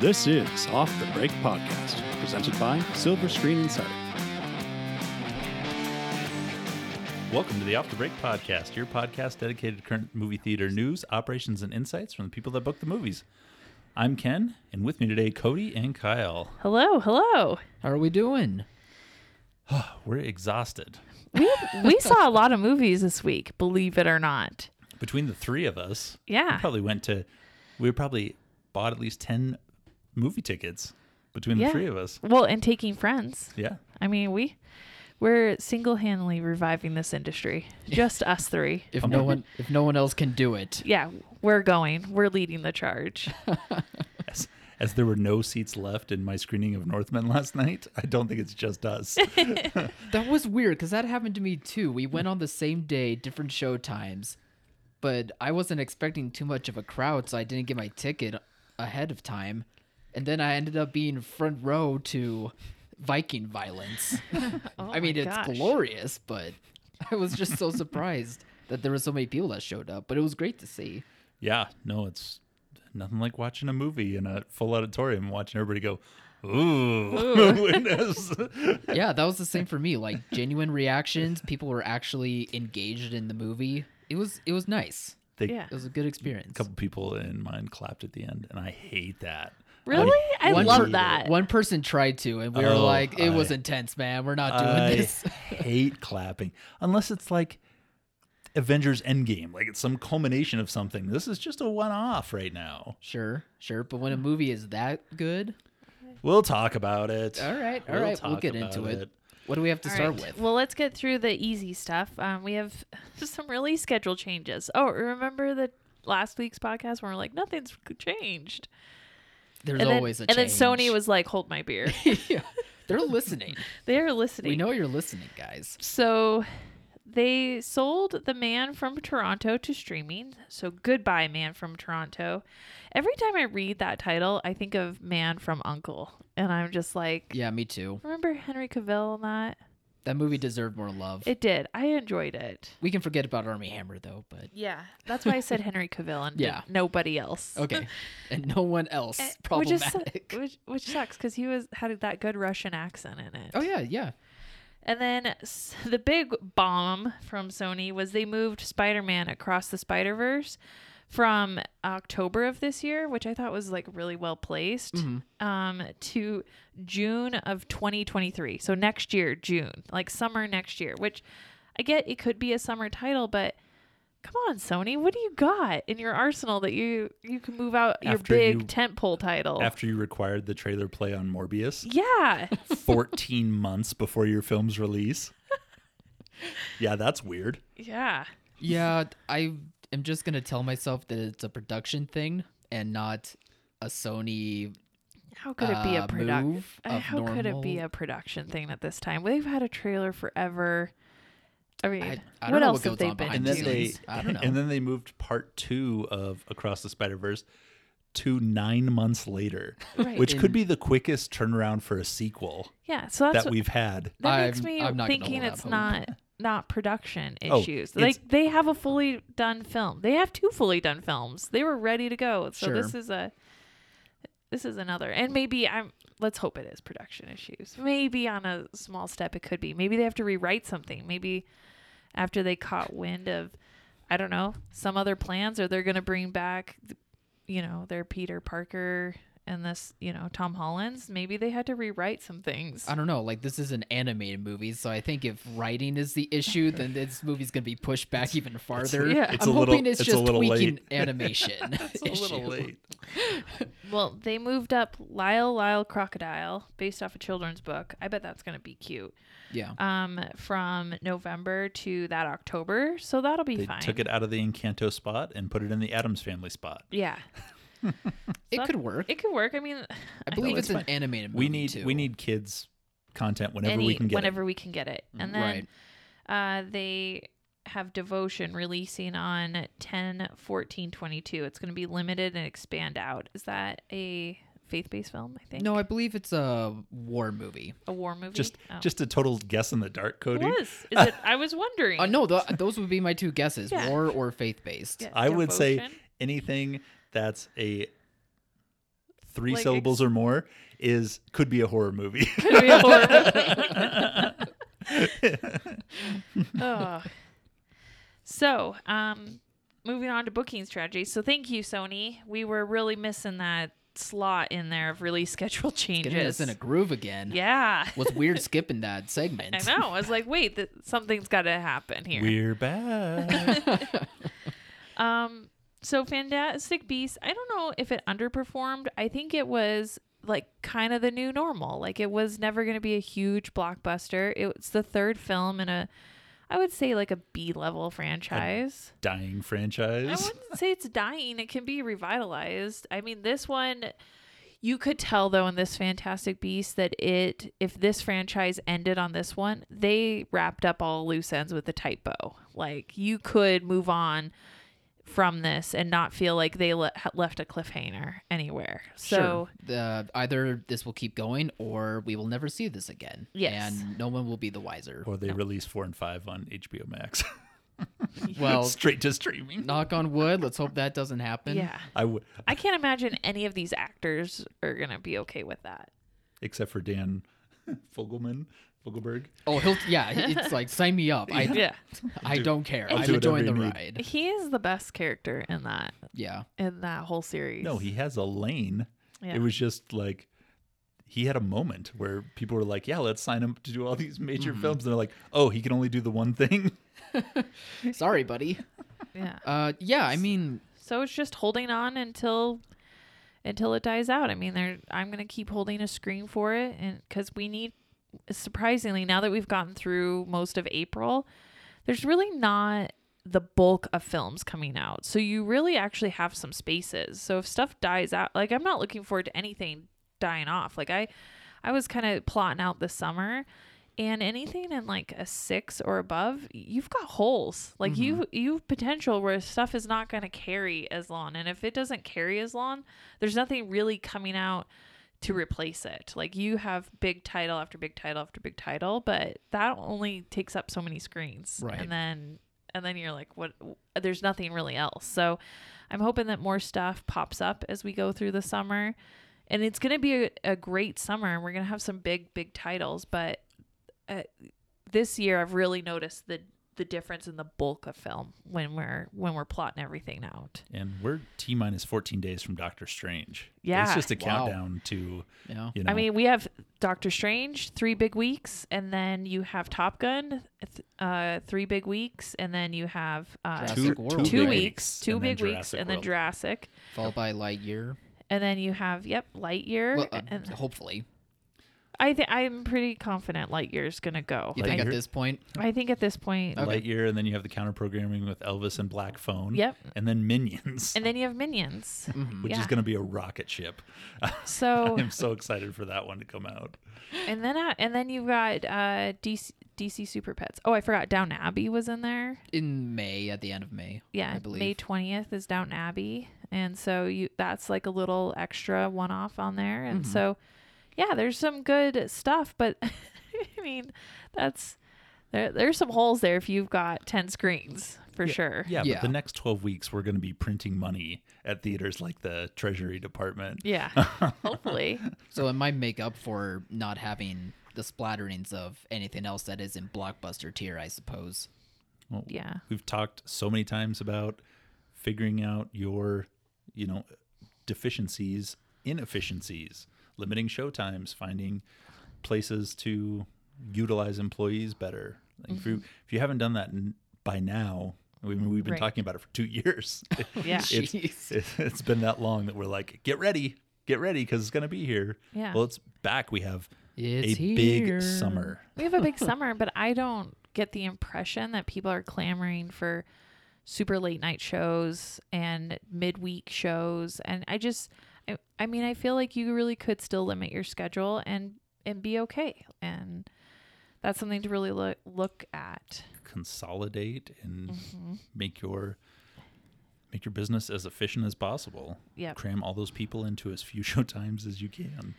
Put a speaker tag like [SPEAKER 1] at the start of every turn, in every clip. [SPEAKER 1] This is Off the Break Podcast, presented by Silver Screen Insider.
[SPEAKER 2] Welcome to the Off the Break Podcast, your podcast dedicated to current movie theater news, operations, and insights from the people that book the movies. I'm Ken, and with me today, Cody and Kyle.
[SPEAKER 3] Hello, hello.
[SPEAKER 4] How are we doing?
[SPEAKER 2] We're exhausted.
[SPEAKER 3] We saw a lot of movies this week, believe it or not.
[SPEAKER 2] Between the three of us, we
[SPEAKER 3] Yeah.
[SPEAKER 2] probably went to, we probably bought at least 10 movie tickets between
[SPEAKER 3] yeah.
[SPEAKER 2] the three of us.
[SPEAKER 3] Well, and taking friends.
[SPEAKER 2] Yeah.
[SPEAKER 3] I mean, we we're single-handedly reviving this industry. Just us three.
[SPEAKER 4] If no one if no one else can do it.
[SPEAKER 3] Yeah, we're going. We're leading the charge.
[SPEAKER 2] As, as there were no seats left in my screening of Northmen last night, I don't think it's just us.
[SPEAKER 4] That was weird cuz that happened to me too. We went on the same day, different show times, but I wasn't expecting too much of a crowd, so I didn't get my ticket ahead of time. And then I ended up being front row to Viking violence.
[SPEAKER 3] Oh
[SPEAKER 4] I mean,
[SPEAKER 3] my
[SPEAKER 4] it's
[SPEAKER 3] gosh.
[SPEAKER 4] glorious, but I was just so surprised that there were so many people that showed up, but it was great to see.
[SPEAKER 2] yeah, no, it's nothing like watching a movie in a full auditorium and watching everybody go, ooh. When it's-
[SPEAKER 4] yeah, that was the same for me. Like genuine reactions. People were actually engaged in the movie. It was it was nice.
[SPEAKER 2] they,
[SPEAKER 3] Yeah.
[SPEAKER 4] It was a good experience.
[SPEAKER 2] A couple people in mine clapped at the end, and I hate that.
[SPEAKER 3] Really? I
[SPEAKER 4] One
[SPEAKER 3] love
[SPEAKER 4] per-
[SPEAKER 3] that.
[SPEAKER 4] One person tried to, and we were
[SPEAKER 2] Oh,
[SPEAKER 4] like, "It was
[SPEAKER 2] I-
[SPEAKER 4] intense, man. We're not doing
[SPEAKER 2] I
[SPEAKER 4] this."
[SPEAKER 2] hate clapping unless it's like Avengers Endgame, like it's some culmination of something. This is just a one-off right now.
[SPEAKER 4] Sure, sure. But when a movie is that good,
[SPEAKER 2] We'll talk about it.
[SPEAKER 4] all right, all
[SPEAKER 2] We'll
[SPEAKER 4] right, we'll
[SPEAKER 2] talk
[SPEAKER 4] get
[SPEAKER 2] about
[SPEAKER 4] into it.
[SPEAKER 2] it.
[SPEAKER 4] What do we have to
[SPEAKER 3] All
[SPEAKER 4] start
[SPEAKER 3] right.
[SPEAKER 4] with?
[SPEAKER 3] Well, let's get through the easy stuff. Um, we have some really schedule changes. Oh, remember the last week's podcast where we're like, nothing's changed.
[SPEAKER 4] There's
[SPEAKER 3] and then,
[SPEAKER 4] always a
[SPEAKER 3] and then
[SPEAKER 4] change.
[SPEAKER 3] Sony was like, hold my beer.
[SPEAKER 4] yeah, they're listening.
[SPEAKER 3] they are listening.
[SPEAKER 4] we know you're listening, guys.
[SPEAKER 3] So they sold The Man from Toronto to streaming. So goodbye, Man from Toronto. Every time I read that title, I think of Man from Uncle. And I'm just like,
[SPEAKER 4] Yeah, me too.
[SPEAKER 3] remember Henry Cavill in that?
[SPEAKER 4] That movie deserved more love.
[SPEAKER 3] It did. I enjoyed it.
[SPEAKER 4] we can forget about Army Hammer though, but
[SPEAKER 3] Yeah. That's why I said Henry Cavill and
[SPEAKER 4] Yeah.
[SPEAKER 3] did nobody else.
[SPEAKER 4] okay, and no one else
[SPEAKER 3] Eh, Which, is, su-
[SPEAKER 4] problematic.
[SPEAKER 3] which, which sucks because he was had that good Russian accent in it.
[SPEAKER 4] Oh yeah, yeah.
[SPEAKER 3] And then s- the big bomb from Sony was they moved Spider Man across the Spider Verse from October of this year, which I thought was like really well placed,
[SPEAKER 2] Mm-hmm.
[SPEAKER 3] um, to June of 2023. So next year, June, like summer next year, which I get it could be a summer title, but. Come on, Sony! What do you got in your arsenal that you you can move out your
[SPEAKER 2] After
[SPEAKER 3] big
[SPEAKER 2] you-
[SPEAKER 3] tentpole title?
[SPEAKER 2] After you required the trailer play on Morbius
[SPEAKER 3] yeah,
[SPEAKER 2] 14 months before your film's release. Yeah, that's weird.
[SPEAKER 3] yeah.
[SPEAKER 4] Yeah, I am just gonna tell myself that it's a production thing and not a Sony.
[SPEAKER 3] How could it be a
[SPEAKER 4] uh,
[SPEAKER 3] production?
[SPEAKER 4] move of
[SPEAKER 3] How could it be
[SPEAKER 4] normal-
[SPEAKER 3] a production thing at this time? They've had a trailer forever. I mean,
[SPEAKER 4] I don't
[SPEAKER 3] what
[SPEAKER 4] know what
[SPEAKER 3] else have
[SPEAKER 4] goes
[SPEAKER 3] they
[SPEAKER 4] on
[SPEAKER 3] been
[SPEAKER 2] and
[SPEAKER 4] behind the
[SPEAKER 2] then
[SPEAKER 3] doing?
[SPEAKER 2] they
[SPEAKER 4] scenes. I don't know.
[SPEAKER 2] and then they moved part two of Across the Spider Verse to nine months later,
[SPEAKER 3] Right.
[SPEAKER 2] which could be the quickest turnaround for a sequel
[SPEAKER 3] yeah, so that's
[SPEAKER 2] that
[SPEAKER 3] what,
[SPEAKER 2] we've had.
[SPEAKER 3] that makes
[SPEAKER 4] I'm-
[SPEAKER 3] me
[SPEAKER 4] I'm not gonna
[SPEAKER 3] thinking
[SPEAKER 4] hold out
[SPEAKER 3] it's
[SPEAKER 4] hope.
[SPEAKER 3] not not production
[SPEAKER 2] Oh, it's-
[SPEAKER 3] issues. like they have a fully done film. They have two fully done films. They were ready to go. So
[SPEAKER 4] Sure.
[SPEAKER 3] this is a this is another. And maybe I'm let's hope it is production issues. Maybe on a small step it could be. Maybe they have to rewrite something. Maybe after they caught wind of I don't know, some other plans or they're going to bring back you know, their Peter Parker and this, you know, Tom Hollins. Maybe they had to rewrite some things.
[SPEAKER 4] I don't know. Like this is an animated movie, so I think if writing is the issue, then this movie's gonna be pushed back even farther.
[SPEAKER 3] yeah.
[SPEAKER 2] it's
[SPEAKER 4] I'm
[SPEAKER 2] a little-
[SPEAKER 4] hoping it's
[SPEAKER 2] it's a
[SPEAKER 4] just
[SPEAKER 2] little
[SPEAKER 4] tweaking
[SPEAKER 2] late.
[SPEAKER 4] animation.
[SPEAKER 2] It's a little
[SPEAKER 4] issue.
[SPEAKER 2] late.
[SPEAKER 3] Well, they moved up Lyle Lyle Crocodile, based off a children's book. I bet that's going to be cute.
[SPEAKER 4] Yeah.
[SPEAKER 3] Um, from November to that October, so that'll be
[SPEAKER 2] They
[SPEAKER 3] fine.
[SPEAKER 2] took it out of the Encanto spot and put it in the Adams Family spot.
[SPEAKER 3] Yeah,
[SPEAKER 4] It could work.
[SPEAKER 3] it could work. I mean,
[SPEAKER 4] I believe
[SPEAKER 2] it's
[SPEAKER 4] it's an animated movie
[SPEAKER 2] we need
[SPEAKER 4] too.
[SPEAKER 2] we need kids content whenever
[SPEAKER 3] any
[SPEAKER 2] we can get Mm,
[SPEAKER 3] whenever we can get it, and then
[SPEAKER 4] Right.
[SPEAKER 3] uh, they have devotion releasing on 10 14 22 it's going to be limited and expand out is that a faith-based film i think
[SPEAKER 4] No, I believe it's a war movie.
[SPEAKER 3] a war movie
[SPEAKER 2] it. Just
[SPEAKER 3] Oh.
[SPEAKER 2] just a total guess in the dark,
[SPEAKER 3] it
[SPEAKER 2] Cody.
[SPEAKER 3] was is it i was wondering
[SPEAKER 4] Uh, no, th- those would be my two guesses:
[SPEAKER 3] Yeah.
[SPEAKER 4] war or faith-based.
[SPEAKER 3] Yeah,
[SPEAKER 2] I would say
[SPEAKER 3] Devotion?
[SPEAKER 2] anything that's a three
[SPEAKER 3] Like,
[SPEAKER 2] syllables or more is could be a horror movie.
[SPEAKER 3] Could be a horror movie. Ugh. So, um, moving on to booking strategies. So, thank you, Sony. We were really missing that slot in there of release schedule changes.
[SPEAKER 4] Getting us in a groove again.
[SPEAKER 3] yeah.
[SPEAKER 4] Was weird skipping that segment.
[SPEAKER 3] I know. I was like, wait, th- something's got to happen here.
[SPEAKER 2] We're back.
[SPEAKER 3] Um, so Fantastic Beasts, I don't know if it underperformed. I think it was like kind of the new normal. Like it was never going to be a huge blockbuster. It was the third film in a, I would say like a B level franchise.
[SPEAKER 2] Dying
[SPEAKER 3] I
[SPEAKER 2] franchise.
[SPEAKER 3] wouldn't say it's dying. It can be revitalized. I mean, this one, you could tell though in this Fantastic Beast that it, if this franchise ended on this one, they wrapped up all loose ends with a tight bow. Like you could move on from this and not feel like they le- left a cliffhanger anywhere. So
[SPEAKER 4] Sure. Uh, either this will keep going or we will never see this again.
[SPEAKER 3] Yes.
[SPEAKER 4] And no one will be the wiser.
[SPEAKER 2] Or they release four and five on HBO Max.
[SPEAKER 4] Well,
[SPEAKER 2] Straight to streaming.
[SPEAKER 4] knock on wood. Let's hope that doesn't happen.
[SPEAKER 3] yeah,
[SPEAKER 2] I would
[SPEAKER 3] I can't imagine any of these actors are gonna be okay with that.
[SPEAKER 2] except for Dan Fogelman. Fogelberg.
[SPEAKER 4] Oh, he'll. Yeah, it's like sign me up. I
[SPEAKER 3] Yeah,
[SPEAKER 4] I don't care.
[SPEAKER 2] I'll
[SPEAKER 4] I'm
[SPEAKER 2] do whatever
[SPEAKER 4] enjoying the
[SPEAKER 2] you need.
[SPEAKER 4] ride.
[SPEAKER 3] he is the best character in that
[SPEAKER 4] Yeah.
[SPEAKER 3] in that whole series.
[SPEAKER 2] No, he has a lane.
[SPEAKER 3] Yeah.
[SPEAKER 2] It was just like he had a moment where people were like, "Yeah, let's sign him to do all these major films," and they're like, "Oh, he can only do the one thing."
[SPEAKER 4] Sorry, buddy.
[SPEAKER 3] yeah.
[SPEAKER 4] Uh, yeah. I mean,
[SPEAKER 3] So it's just holding on until until it dies out. I mean, there I'm going to keep holding a screen for it and cuz we need surprisingly now that we've gotten through most of April, there's really not the bulk of films coming out. So you really actually have some spaces. So if stuff dies out, like I'm not looking forward to anything dying off. Like I I was kind of plotting out the summer and anything in like a 6 or above, you've got holes. Like you you've potential where stuff is not going to carry as long. And if it doesn't carry as long, there's nothing really coming out to replace it. Like you have big title after big title after big title, but that only takes up so many screens.
[SPEAKER 4] Right.
[SPEAKER 3] And then and then you're like what there's nothing really else. So I'm hoping that more stuff pops up as we go through the summer. And it's going to be a, a great summer and we're going to have some big big titles, but uh, this year I've really noticed the the difference in the bulk of film when we're when we're plotting everything out.
[SPEAKER 2] And we're t minus fourteen days from Doctor Strange. it's
[SPEAKER 3] Yeah.
[SPEAKER 2] just a
[SPEAKER 4] Wow.
[SPEAKER 2] countdown to
[SPEAKER 4] you know,
[SPEAKER 2] you know.
[SPEAKER 3] I mean, we have Doctor Strange, three big weeks, and then you have Top Gun, th- uh, three big weeks, and then you have uh,
[SPEAKER 4] Jurassic
[SPEAKER 2] two, two
[SPEAKER 4] World.
[SPEAKER 3] two
[SPEAKER 2] big
[SPEAKER 3] weeks, two
[SPEAKER 2] and then
[SPEAKER 3] big weeks,
[SPEAKER 2] Jurassic
[SPEAKER 3] and then
[SPEAKER 2] World.
[SPEAKER 3] Jurassic,
[SPEAKER 4] followed by Lightyear.
[SPEAKER 3] and then you have yep, Lightyear,
[SPEAKER 4] Well, uh,
[SPEAKER 3] and
[SPEAKER 4] hopefully.
[SPEAKER 3] I think I'm pretty confident Lightyear's gonna go.
[SPEAKER 4] You think
[SPEAKER 2] Lightyear?
[SPEAKER 4] at this point?
[SPEAKER 3] I think at this point,
[SPEAKER 2] Lightyear, and then you have the counter programming with Elvis and Black Phone.
[SPEAKER 3] Yep.
[SPEAKER 2] And then Minions,
[SPEAKER 3] and then you have Minions,
[SPEAKER 2] which
[SPEAKER 3] yeah.
[SPEAKER 2] is going to be a rocket ship.
[SPEAKER 3] so
[SPEAKER 2] I'm so excited for that one to come out.
[SPEAKER 3] and then uh, and then you've got uh, DC DC Super Pets. Oh, I forgot Down Abbey was in there.
[SPEAKER 4] In May, at the end of May.
[SPEAKER 3] Yeah,
[SPEAKER 4] I believe.
[SPEAKER 3] May twentieth is Downton Abbey, and so you that's like a little extra one off on there, and so yeah, there's some good stuff, but I mean that's there, there's some holes there if you've got ten screens for sure.
[SPEAKER 2] Yeah,
[SPEAKER 4] Yeah.
[SPEAKER 2] but the next 12 weeks, we're going to be printing money at theaters like the Treasury Department.
[SPEAKER 3] Yeah, hopefully.
[SPEAKER 4] So it might make up for not having the splatterings of anything else that is in blockbuster tier, I suppose.
[SPEAKER 2] Well,
[SPEAKER 3] Yeah.
[SPEAKER 2] We've talked so many times about figuring out your, you know, deficiencies, inefficiencies, limiting show times, finding places to utilize employees better. Like if,
[SPEAKER 4] Mm-hmm.
[SPEAKER 2] you, if you haven't done that n- by now, I mean, we've been
[SPEAKER 3] Right.
[SPEAKER 2] talking about it for two years.
[SPEAKER 3] Yeah.
[SPEAKER 2] it's,
[SPEAKER 4] Jeez.
[SPEAKER 2] it- it's been that long that we're like, get ready, get ready, because it's going to be here.
[SPEAKER 3] Yeah.
[SPEAKER 2] Well, it's back. We have
[SPEAKER 4] It's
[SPEAKER 2] a
[SPEAKER 4] here.
[SPEAKER 2] big summer.
[SPEAKER 3] We have a big summer, but I don't get the impression that people are clamoring for super late night shows and midweek shows. And I just, I, I mean, I feel like you really could still limit your schedule and and be okay. And that's something to really look look at.
[SPEAKER 2] Consolidate and make your make your business as efficient as possible.
[SPEAKER 3] Yep.
[SPEAKER 2] Cram all those people into as few show times as you can.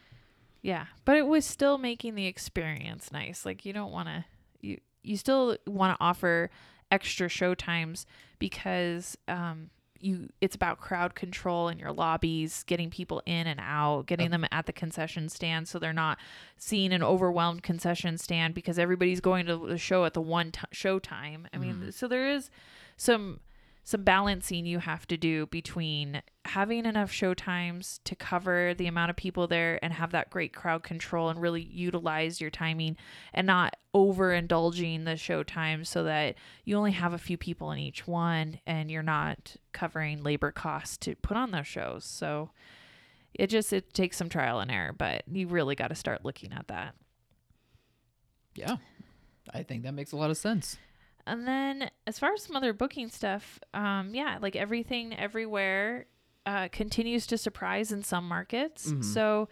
[SPEAKER 3] Yeah, but it was still making the experience nice. Like you don't want to you you still want to offer extra show times because um you it's about crowd control in your lobbies, getting people in and out, getting them at the concession stand so they're not seeing an overwhelmed concession stand because everybody's going to the show at the one t- show time. I mean, so there is some some balancing you have to do between having enough show times to cover the amount of people there and have that great crowd control and really utilize your timing and not overindulging the show time so that you only have a few people in each one and you're not covering labor costs to put on those shows. So it just it takes some trial and error, but you really got to start looking at that.
[SPEAKER 4] Yeah. I think that makes a lot of sense.
[SPEAKER 3] And then, as far as some other booking stuff, um, yeah, like everything everywhere uh, continues to surprise in some markets. So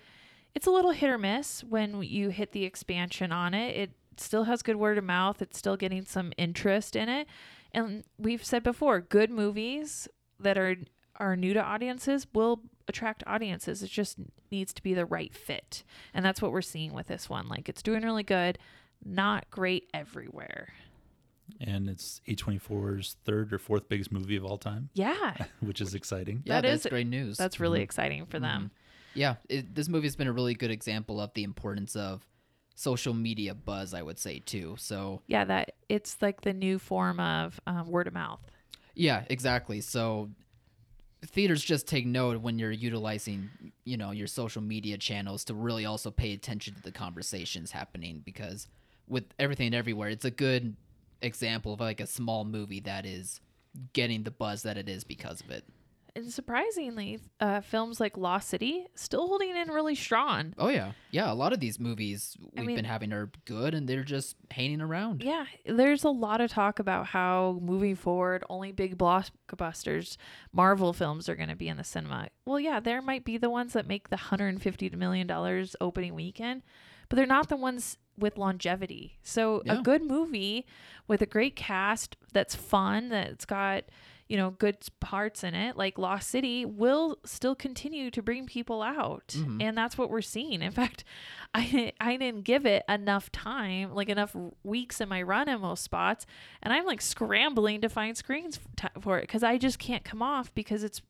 [SPEAKER 3] it's a little hit or miss when you hit the expansion on it. It still has good word of mouth, it's still getting some interest in it. And we've said before, good movies that are are new to audiences will attract audiences. It just needs to be the right fit. And that's what we're seeing with this one. Like it's doing really good, not great everywhere.
[SPEAKER 2] and it's A24's third or fourth biggest movie of all time,
[SPEAKER 3] Yeah.
[SPEAKER 2] which is exciting.
[SPEAKER 4] Yeah,
[SPEAKER 3] That
[SPEAKER 4] that's
[SPEAKER 3] is-
[SPEAKER 4] great news.
[SPEAKER 3] That's really exciting for them.
[SPEAKER 4] yeah. It, this movie has been a really good example of the importance of social media buzz. I would say too. So
[SPEAKER 3] Yeah, that it's like the new form of um, word of mouth.
[SPEAKER 4] Yeah, exactly. So theaters just take note when you're utilizing, you know, your social media channels to really also pay attention to the conversations happening because with everything and everywhere, it's a good example of like a small movie that is getting the buzz that it is because of it.
[SPEAKER 3] And surprisingly, uh, films like Lost City still holding in really strong.
[SPEAKER 4] Oh yeah. Yeah, a lot of these movies we've
[SPEAKER 3] mean-
[SPEAKER 4] been having are good and they're just hanging around.
[SPEAKER 3] Yeah, there's a lot of talk about how moving forward, only big blockbusters, Marvel films are going to be in the cinema. Well, yeah, there might be the ones that make the 150 million dollars opening weekend, but they're not the ones with longevity. So
[SPEAKER 4] Yeah.
[SPEAKER 3] a good movie with a great cast that's fun, that's got you know good parts in it, like Lost City, will still continue to bring people out, and that's what we're seeing. In fact, I I didn't give it enough time, like enough weeks in my run in most spots, and I'm like scrambling to find screens f- ti- for it because I just can't come off because it's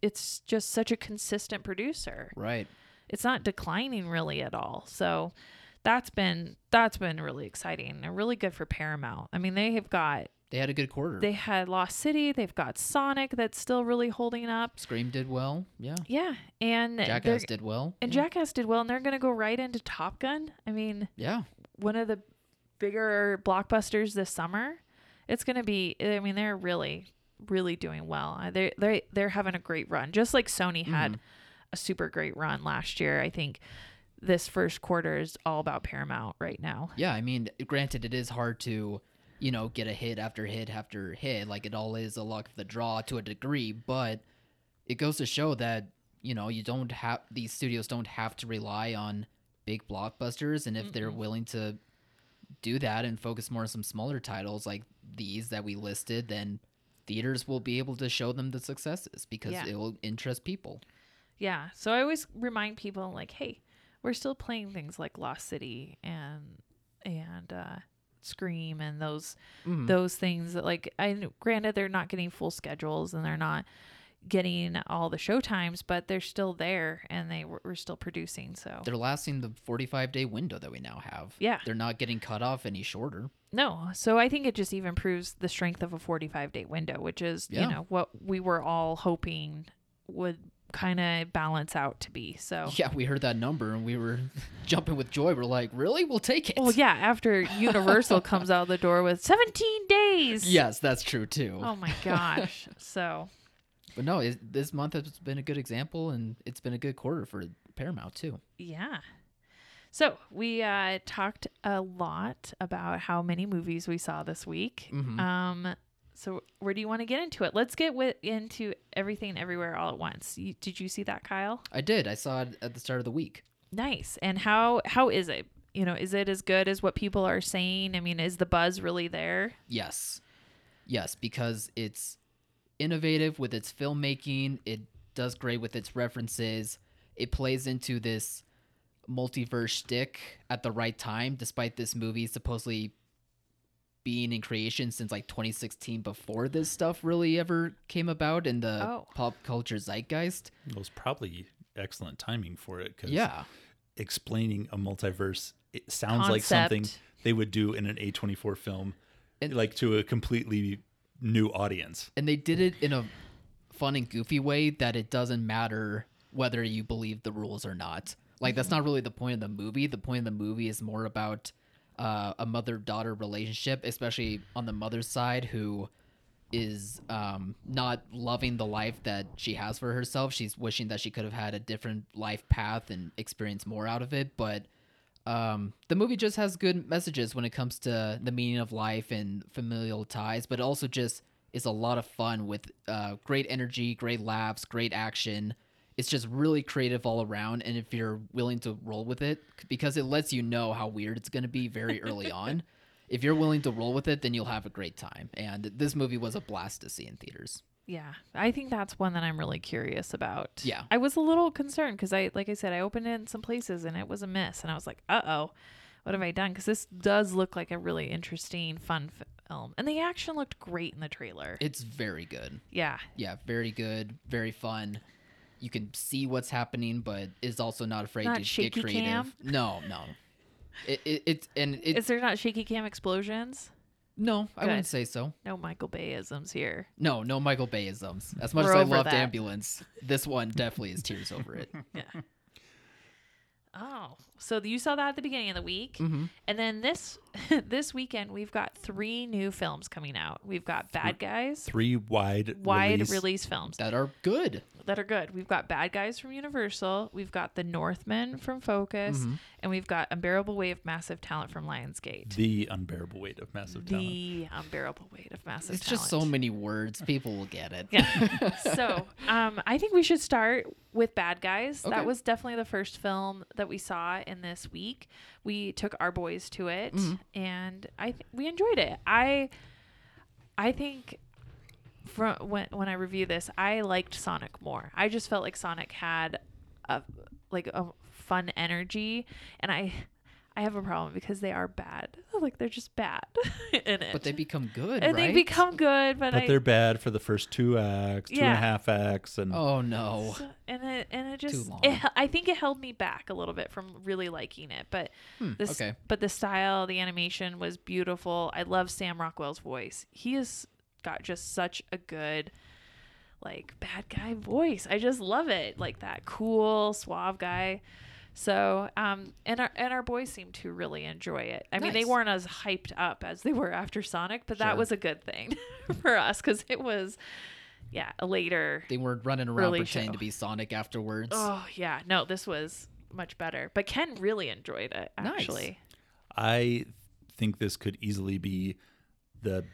[SPEAKER 3] it's just such a consistent producer
[SPEAKER 4] Right.
[SPEAKER 3] it's not declining really at all. So that's been that's been really exciting and really good for Paramount. I mean, they have got
[SPEAKER 4] They had a good quarter.
[SPEAKER 3] they had Lost City, they've got Sonic that's still really holding up.
[SPEAKER 4] Scream did well. Yeah.
[SPEAKER 3] Yeah, and they're-
[SPEAKER 4] Jackass did well.
[SPEAKER 3] and Jackass did well, and they're gonna go right into Top Gun. I mean,
[SPEAKER 4] Yeah.
[SPEAKER 3] one of the bigger blockbusters this summer. It's gonna be. I mean, they're really, really doing well. Uh, They they they're having a great run, just like Sony had
[SPEAKER 4] Mm-hmm.
[SPEAKER 3] a super great run last year. I think this first quarter is all about Paramount right now.
[SPEAKER 4] Yeah, I mean, granted, it is hard to, you know, get a hit after hit after hit. Like it all is a luck of the draw to a degree, but it goes to show that you know you don't have these studios don't have to rely on big blockbusters, and if they're willing to do that and focus more on some smaller titles like these that we listed, then theaters will be able to show them the successes because
[SPEAKER 3] Yeah.
[SPEAKER 4] it will interest people.
[SPEAKER 3] Yeah. So I always remind people like, hey, we're still playing things like Lost City and and uh, Scream and those
[SPEAKER 4] Mm-hmm.
[SPEAKER 3] those things that like I kn- granted they're not getting full schedules and they're not getting all the show times, but they're still there and they were, were still producing. So
[SPEAKER 4] They're lasting the 45 day window that we now have.
[SPEAKER 3] Oh. Yeah.
[SPEAKER 4] They're not getting cut off any shorter.
[SPEAKER 3] no, so I think it just even proves the strength of a forty-five day window, which is
[SPEAKER 4] Yeah.
[SPEAKER 3] you know what we were all hoping would kind of balance out to be. So
[SPEAKER 4] Yeah, we heard that number and we were jumping with joy. We're like, really? We'll take it.
[SPEAKER 3] Well, yeah, after Universal comes out the door with 17 days.
[SPEAKER 4] Yes, that's true too.
[SPEAKER 3] Oh my gosh. So,
[SPEAKER 4] But no, it, this month has been a good example and it's been a good quarter for Paramount too.
[SPEAKER 3] yeah. So, we uh, talked a lot about how many movies we saw this week. Um, so, where do you want to get into it? Let's get wi- into everything everywhere all at once. You, did you see that, Kyle?
[SPEAKER 4] I did. I saw it at the start of the week.
[SPEAKER 3] Nice. And how how is it? You know, is it as good as what people are saying? I mean, is the buzz really there?
[SPEAKER 4] Yes. Yes, because it's innovative with its filmmaking. It does great with its references. It plays into this multiverse shtick at the right time, despite this movie supposedly being in creation since like 2016 before this stuff really ever came about in the
[SPEAKER 3] Oh.
[SPEAKER 4] pop culture zeitgeist.
[SPEAKER 2] It was probably excellent timing for it because
[SPEAKER 4] Yeah.
[SPEAKER 2] explaining a multiverse it sounds like something
[SPEAKER 3] Concept.
[SPEAKER 2] they would do in an A24 film,
[SPEAKER 4] And-
[SPEAKER 2] like to a completely new audience.
[SPEAKER 4] And they did it in a fun and goofy way that it doesn't matter whether you believe the rules or not. Like that's not really the point of the movie. The point of the movie is more about uh, a mother-daughter relationship, especially on the mother's side who is um, not loving the life that she has for herself. She's wishing that she could have had a different life path and experienced more out of it. But um, the movie just has good messages when it comes to the meaning of life and familial ties, but also just is a lot of fun with uh, great energy, great laughs, great action. It's just really creative all around, and if you're willing to roll with it, c- because it lets you know how weird it's going to be very early on. If you're willing to roll with it, then you'll have a great time. And this movie was a blast to see in theaters.
[SPEAKER 3] Yeah, I think that's one that I'm really curious about.
[SPEAKER 4] Yeah.
[SPEAKER 3] I was a little concerned because I, like I said, I opened it in some places and it was a miss, and I was like, uh oh, what have I done? Because this does look like a really interesting, fun film, and the action looked great in the trailer.
[SPEAKER 4] It's very good.
[SPEAKER 3] yeah,
[SPEAKER 4] yeah, very good, very fun. You can see what's happening, but is also not afraid
[SPEAKER 3] Not
[SPEAKER 4] to get
[SPEAKER 3] shaky
[SPEAKER 4] creative.
[SPEAKER 3] cam?
[SPEAKER 4] No, no. It, it, it's and it,
[SPEAKER 3] is there not shaky cam explosions?
[SPEAKER 4] no, I wouldn't
[SPEAKER 3] good.
[SPEAKER 4] say so.
[SPEAKER 3] No Michael Bayisms here.
[SPEAKER 4] No, no Michael Bayisms. As much
[SPEAKER 3] We're
[SPEAKER 4] as I
[SPEAKER 3] over
[SPEAKER 4] loved
[SPEAKER 3] that.
[SPEAKER 4] Ambulance, this one definitely is tears over it.
[SPEAKER 3] Oh, so you saw that at the beginning of the week, and then this this weekend we've got three new films coming out. We've got Bad Guys,
[SPEAKER 2] Three wide,
[SPEAKER 3] wide
[SPEAKER 2] release-
[SPEAKER 3] release films.
[SPEAKER 4] That are good.
[SPEAKER 3] that are good. We've got Bad Guys from Universal, we've got The Northmen from Focus, and we've got Unbearable Weight of Massive Talent from Lionsgate.
[SPEAKER 2] The unbearable weight of massive talent.
[SPEAKER 3] The unbearable weight of massive
[SPEAKER 4] It's just so
[SPEAKER 3] talent.
[SPEAKER 4] many words. People will get it.
[SPEAKER 3] Yeah. so, um, I think we should start with Bad Guys.
[SPEAKER 4] Okay.
[SPEAKER 3] That was definitely the first film that we saw in this week. We took our boys to it,
[SPEAKER 4] Mm-hmm.
[SPEAKER 3] and I th- we enjoyed it. I, I think, from when when I review this, I liked Sonic more. I just felt like Sonic had a like a fun energy, and I. I have a problem because they are bad. Like they're just bad in it.
[SPEAKER 4] But they become good,
[SPEAKER 3] and
[SPEAKER 4] right?
[SPEAKER 3] they become good, but,
[SPEAKER 2] But
[SPEAKER 3] I,
[SPEAKER 2] they're bad for the first two acts, two and
[SPEAKER 3] Yeah.
[SPEAKER 2] a half acts, and
[SPEAKER 4] Oh no.
[SPEAKER 3] So- and it and it just
[SPEAKER 4] long.
[SPEAKER 3] it, I think it held me back a little bit from really liking it, but this
[SPEAKER 4] Hmm, okay.
[SPEAKER 3] but the style, the animation was beautiful. I love Sam Rockwell's voice. He has got just such a good like bad guy voice. I just love it. Like that cool, suave guy. So, um, and our and our boys seem to really enjoy it. I mean, they
[SPEAKER 4] Nice.
[SPEAKER 3] weren't as hyped up as they were after Sonic, but
[SPEAKER 4] Sure.
[SPEAKER 3] that was a good thing for us because it was, yeah, a later
[SPEAKER 4] They weren't running around
[SPEAKER 3] Early
[SPEAKER 4] pretending
[SPEAKER 3] show.
[SPEAKER 4] to be Sonic afterwards.
[SPEAKER 3] Oh yeah, no, this was much better. But Ken really enjoyed it
[SPEAKER 4] Nice.
[SPEAKER 3] actually.
[SPEAKER 2] I think this could easily be the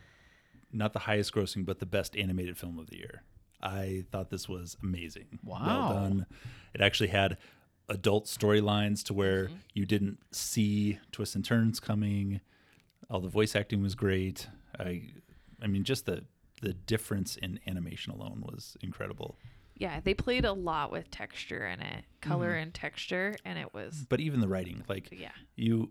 [SPEAKER 2] not the highest grossing, but the best animated film of the year. I thought this was amazing.
[SPEAKER 4] Wow.
[SPEAKER 2] Well done. It actually had adult storylines to where
[SPEAKER 3] Mm-hmm.
[SPEAKER 2] you didn't see twists and turns coming. All the voice acting was great. I I mean just the the difference in animation alone was incredible.
[SPEAKER 3] Yeah, they played a lot with texture in it, color
[SPEAKER 2] Mm-hmm.
[SPEAKER 3] and texture, and it was
[SPEAKER 2] But even the writing, like
[SPEAKER 3] yeah.
[SPEAKER 2] you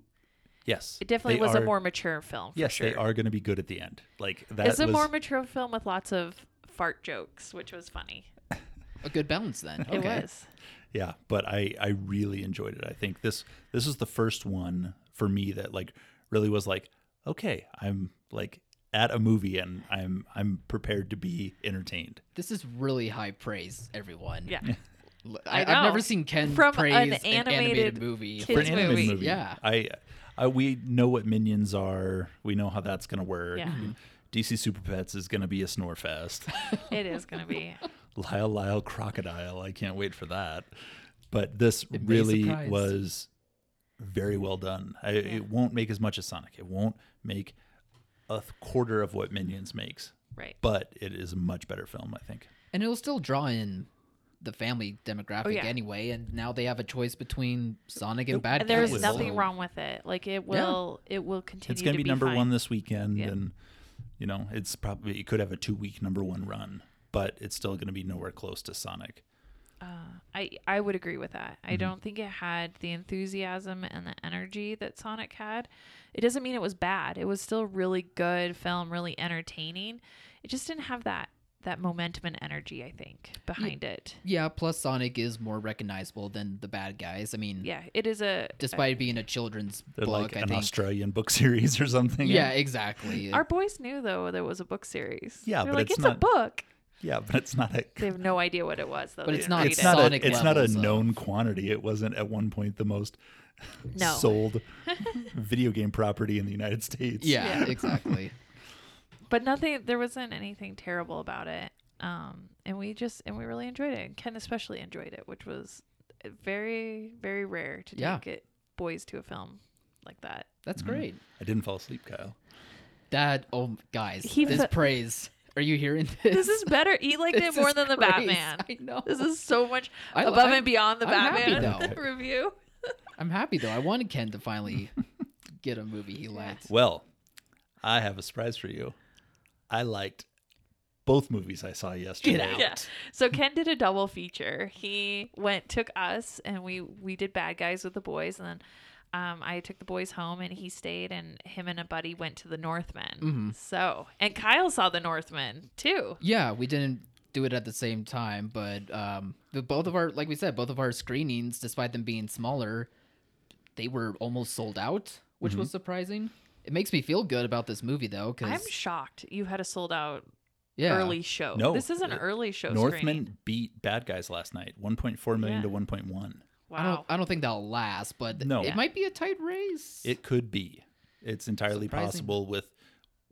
[SPEAKER 2] yes.
[SPEAKER 3] It definitely
[SPEAKER 2] they
[SPEAKER 3] was a
[SPEAKER 2] are-
[SPEAKER 3] more mature film. For
[SPEAKER 2] Yes,
[SPEAKER 3] sure.
[SPEAKER 2] they are going to be good at the end. Like that
[SPEAKER 3] It's a
[SPEAKER 2] was,
[SPEAKER 3] more mature film with lots of fart jokes, which was funny.
[SPEAKER 4] A good balance then.
[SPEAKER 3] It
[SPEAKER 4] okay.
[SPEAKER 3] was.
[SPEAKER 2] yeah but i i really enjoyed it i think this this is the first one for me that like really was like okay i'm like at a movie and i'm i'm prepared to be entertained
[SPEAKER 4] This is really high praise, everyone.
[SPEAKER 3] Yeah.
[SPEAKER 4] L- I,
[SPEAKER 3] I
[SPEAKER 4] have never
[SPEAKER 3] know.
[SPEAKER 4] seen Ken
[SPEAKER 3] From
[SPEAKER 4] praise
[SPEAKER 3] an
[SPEAKER 4] an animated,
[SPEAKER 3] animated
[SPEAKER 4] movie.
[SPEAKER 3] kid- Kids
[SPEAKER 2] animated
[SPEAKER 3] movie.
[SPEAKER 4] Yeah.
[SPEAKER 2] i i we know what minions are we know how that's gonna work
[SPEAKER 3] Yeah. Mhm.
[SPEAKER 2] dc super pets is gonna be a snore fest
[SPEAKER 3] It is gonna be.
[SPEAKER 2] Lyle Lyle Crocodile. I can't wait for that. But this
[SPEAKER 4] It may
[SPEAKER 2] really
[SPEAKER 4] surprise.
[SPEAKER 2] was very well done. I, It won't make as much as Sonic. It won't make a th- quarter of what Minions makes,
[SPEAKER 3] Right.
[SPEAKER 2] but it is a much better film, I think.
[SPEAKER 4] And it'll still draw in the family demographic
[SPEAKER 3] Oh, yeah.
[SPEAKER 4] anyway. And now they have a choice between Sonic and Bad
[SPEAKER 3] And there
[SPEAKER 4] Guys.
[SPEAKER 3] is
[SPEAKER 2] was-
[SPEAKER 3] nothing
[SPEAKER 4] so-
[SPEAKER 3] wrong with it. Like it will it will continue
[SPEAKER 2] It's going
[SPEAKER 3] to
[SPEAKER 2] to be number
[SPEAKER 3] fine.
[SPEAKER 2] one this weekend,
[SPEAKER 3] Yeah.
[SPEAKER 2] and you know, it's probably it could have a two week number one run, but it's still going to be nowhere close to Sonic.
[SPEAKER 3] Uh, I I would agree with that.
[SPEAKER 2] Mm-hmm.
[SPEAKER 3] I don't think it had the enthusiasm and the energy that Sonic had. It doesn't mean it was bad. It was still really good film, really entertaining. It just didn't have that that momentum and energy. I think behind it.
[SPEAKER 4] Yeah, plus Sonic is more recognizable than the bad guys. I mean,
[SPEAKER 3] Yeah, it is a
[SPEAKER 4] despite being a children's
[SPEAKER 2] They're
[SPEAKER 4] book,
[SPEAKER 2] like
[SPEAKER 4] I
[SPEAKER 2] an
[SPEAKER 4] think.
[SPEAKER 2] Australian book series or something.
[SPEAKER 4] yeah, exactly.
[SPEAKER 3] Our boys knew though there was a book series.
[SPEAKER 2] Yeah,
[SPEAKER 3] They're
[SPEAKER 2] but
[SPEAKER 3] like
[SPEAKER 2] it's
[SPEAKER 3] it's, a
[SPEAKER 2] not-
[SPEAKER 3] book.
[SPEAKER 2] yeah, but it's not a.
[SPEAKER 3] They have no idea what it was though.
[SPEAKER 4] But
[SPEAKER 3] They
[SPEAKER 4] it's
[SPEAKER 3] didn't
[SPEAKER 4] not
[SPEAKER 3] read
[SPEAKER 2] It's
[SPEAKER 3] it.
[SPEAKER 2] not
[SPEAKER 4] Sonic
[SPEAKER 2] a. It's not a
[SPEAKER 4] levels of-
[SPEAKER 2] known quantity. It wasn't at one point the most
[SPEAKER 3] No.
[SPEAKER 2] sold video game property in the United States.
[SPEAKER 4] yeah,
[SPEAKER 3] yeah.
[SPEAKER 4] exactly.
[SPEAKER 3] but nothing. There wasn't anything terrible about it. Um, and we just and we really enjoyed it. And Ken especially enjoyed it, which was very very rare to
[SPEAKER 4] Yeah.
[SPEAKER 3] take it boys to a film like that.
[SPEAKER 4] That's
[SPEAKER 2] Mm-hmm.
[SPEAKER 4] great.
[SPEAKER 2] I didn't fall asleep, Kyle.
[SPEAKER 4] That oh guys,
[SPEAKER 3] He
[SPEAKER 4] this
[SPEAKER 3] fe-
[SPEAKER 4] praise. Are you hearing this?
[SPEAKER 3] This is better. Eat like
[SPEAKER 4] This
[SPEAKER 3] it more
[SPEAKER 4] is
[SPEAKER 3] than the
[SPEAKER 4] praise.
[SPEAKER 3] Batman.
[SPEAKER 4] I know.
[SPEAKER 3] This is so much
[SPEAKER 4] I-
[SPEAKER 3] above
[SPEAKER 4] I'm-
[SPEAKER 3] and beyond the
[SPEAKER 4] I'm happy,
[SPEAKER 3] Batman
[SPEAKER 4] though.
[SPEAKER 3] review.
[SPEAKER 4] I'm happy though. I wanted Ken to finally get a movie he liked.
[SPEAKER 2] Well, I have a surprise for you. I liked both movies I saw yesterday.
[SPEAKER 4] out.
[SPEAKER 3] Yeah. So Ken did a double feature. He went took us and we we did bad guys with the boys and then um, I took the boys home and he stayed and him and a buddy went to the Northmen.
[SPEAKER 4] Mm-hmm.
[SPEAKER 3] So and Kyle saw the Northmen too.
[SPEAKER 4] Yeah, we didn't do it at the same time, but um, the both of our like we said, both of our screenings, despite them being smaller, they were almost sold out, which
[SPEAKER 2] Mm-hmm.
[SPEAKER 4] was surprising. It makes me feel good about this movie though, because
[SPEAKER 3] I'm shocked you had a sold out
[SPEAKER 4] yeah, Uh,
[SPEAKER 3] early show.
[SPEAKER 2] No,
[SPEAKER 3] this is an
[SPEAKER 2] it-
[SPEAKER 3] early show.
[SPEAKER 2] Northman
[SPEAKER 3] screening.
[SPEAKER 2] beat Bad Guys last night, 1.4 million
[SPEAKER 3] Yeah.
[SPEAKER 2] to 1.1.
[SPEAKER 3] Wow.
[SPEAKER 4] I don't, I don't think that'll last, but
[SPEAKER 2] No.
[SPEAKER 4] it
[SPEAKER 2] Yeah.
[SPEAKER 4] might be a tight race.
[SPEAKER 2] It could be. It's entirely
[SPEAKER 4] Surprising.
[SPEAKER 2] possible with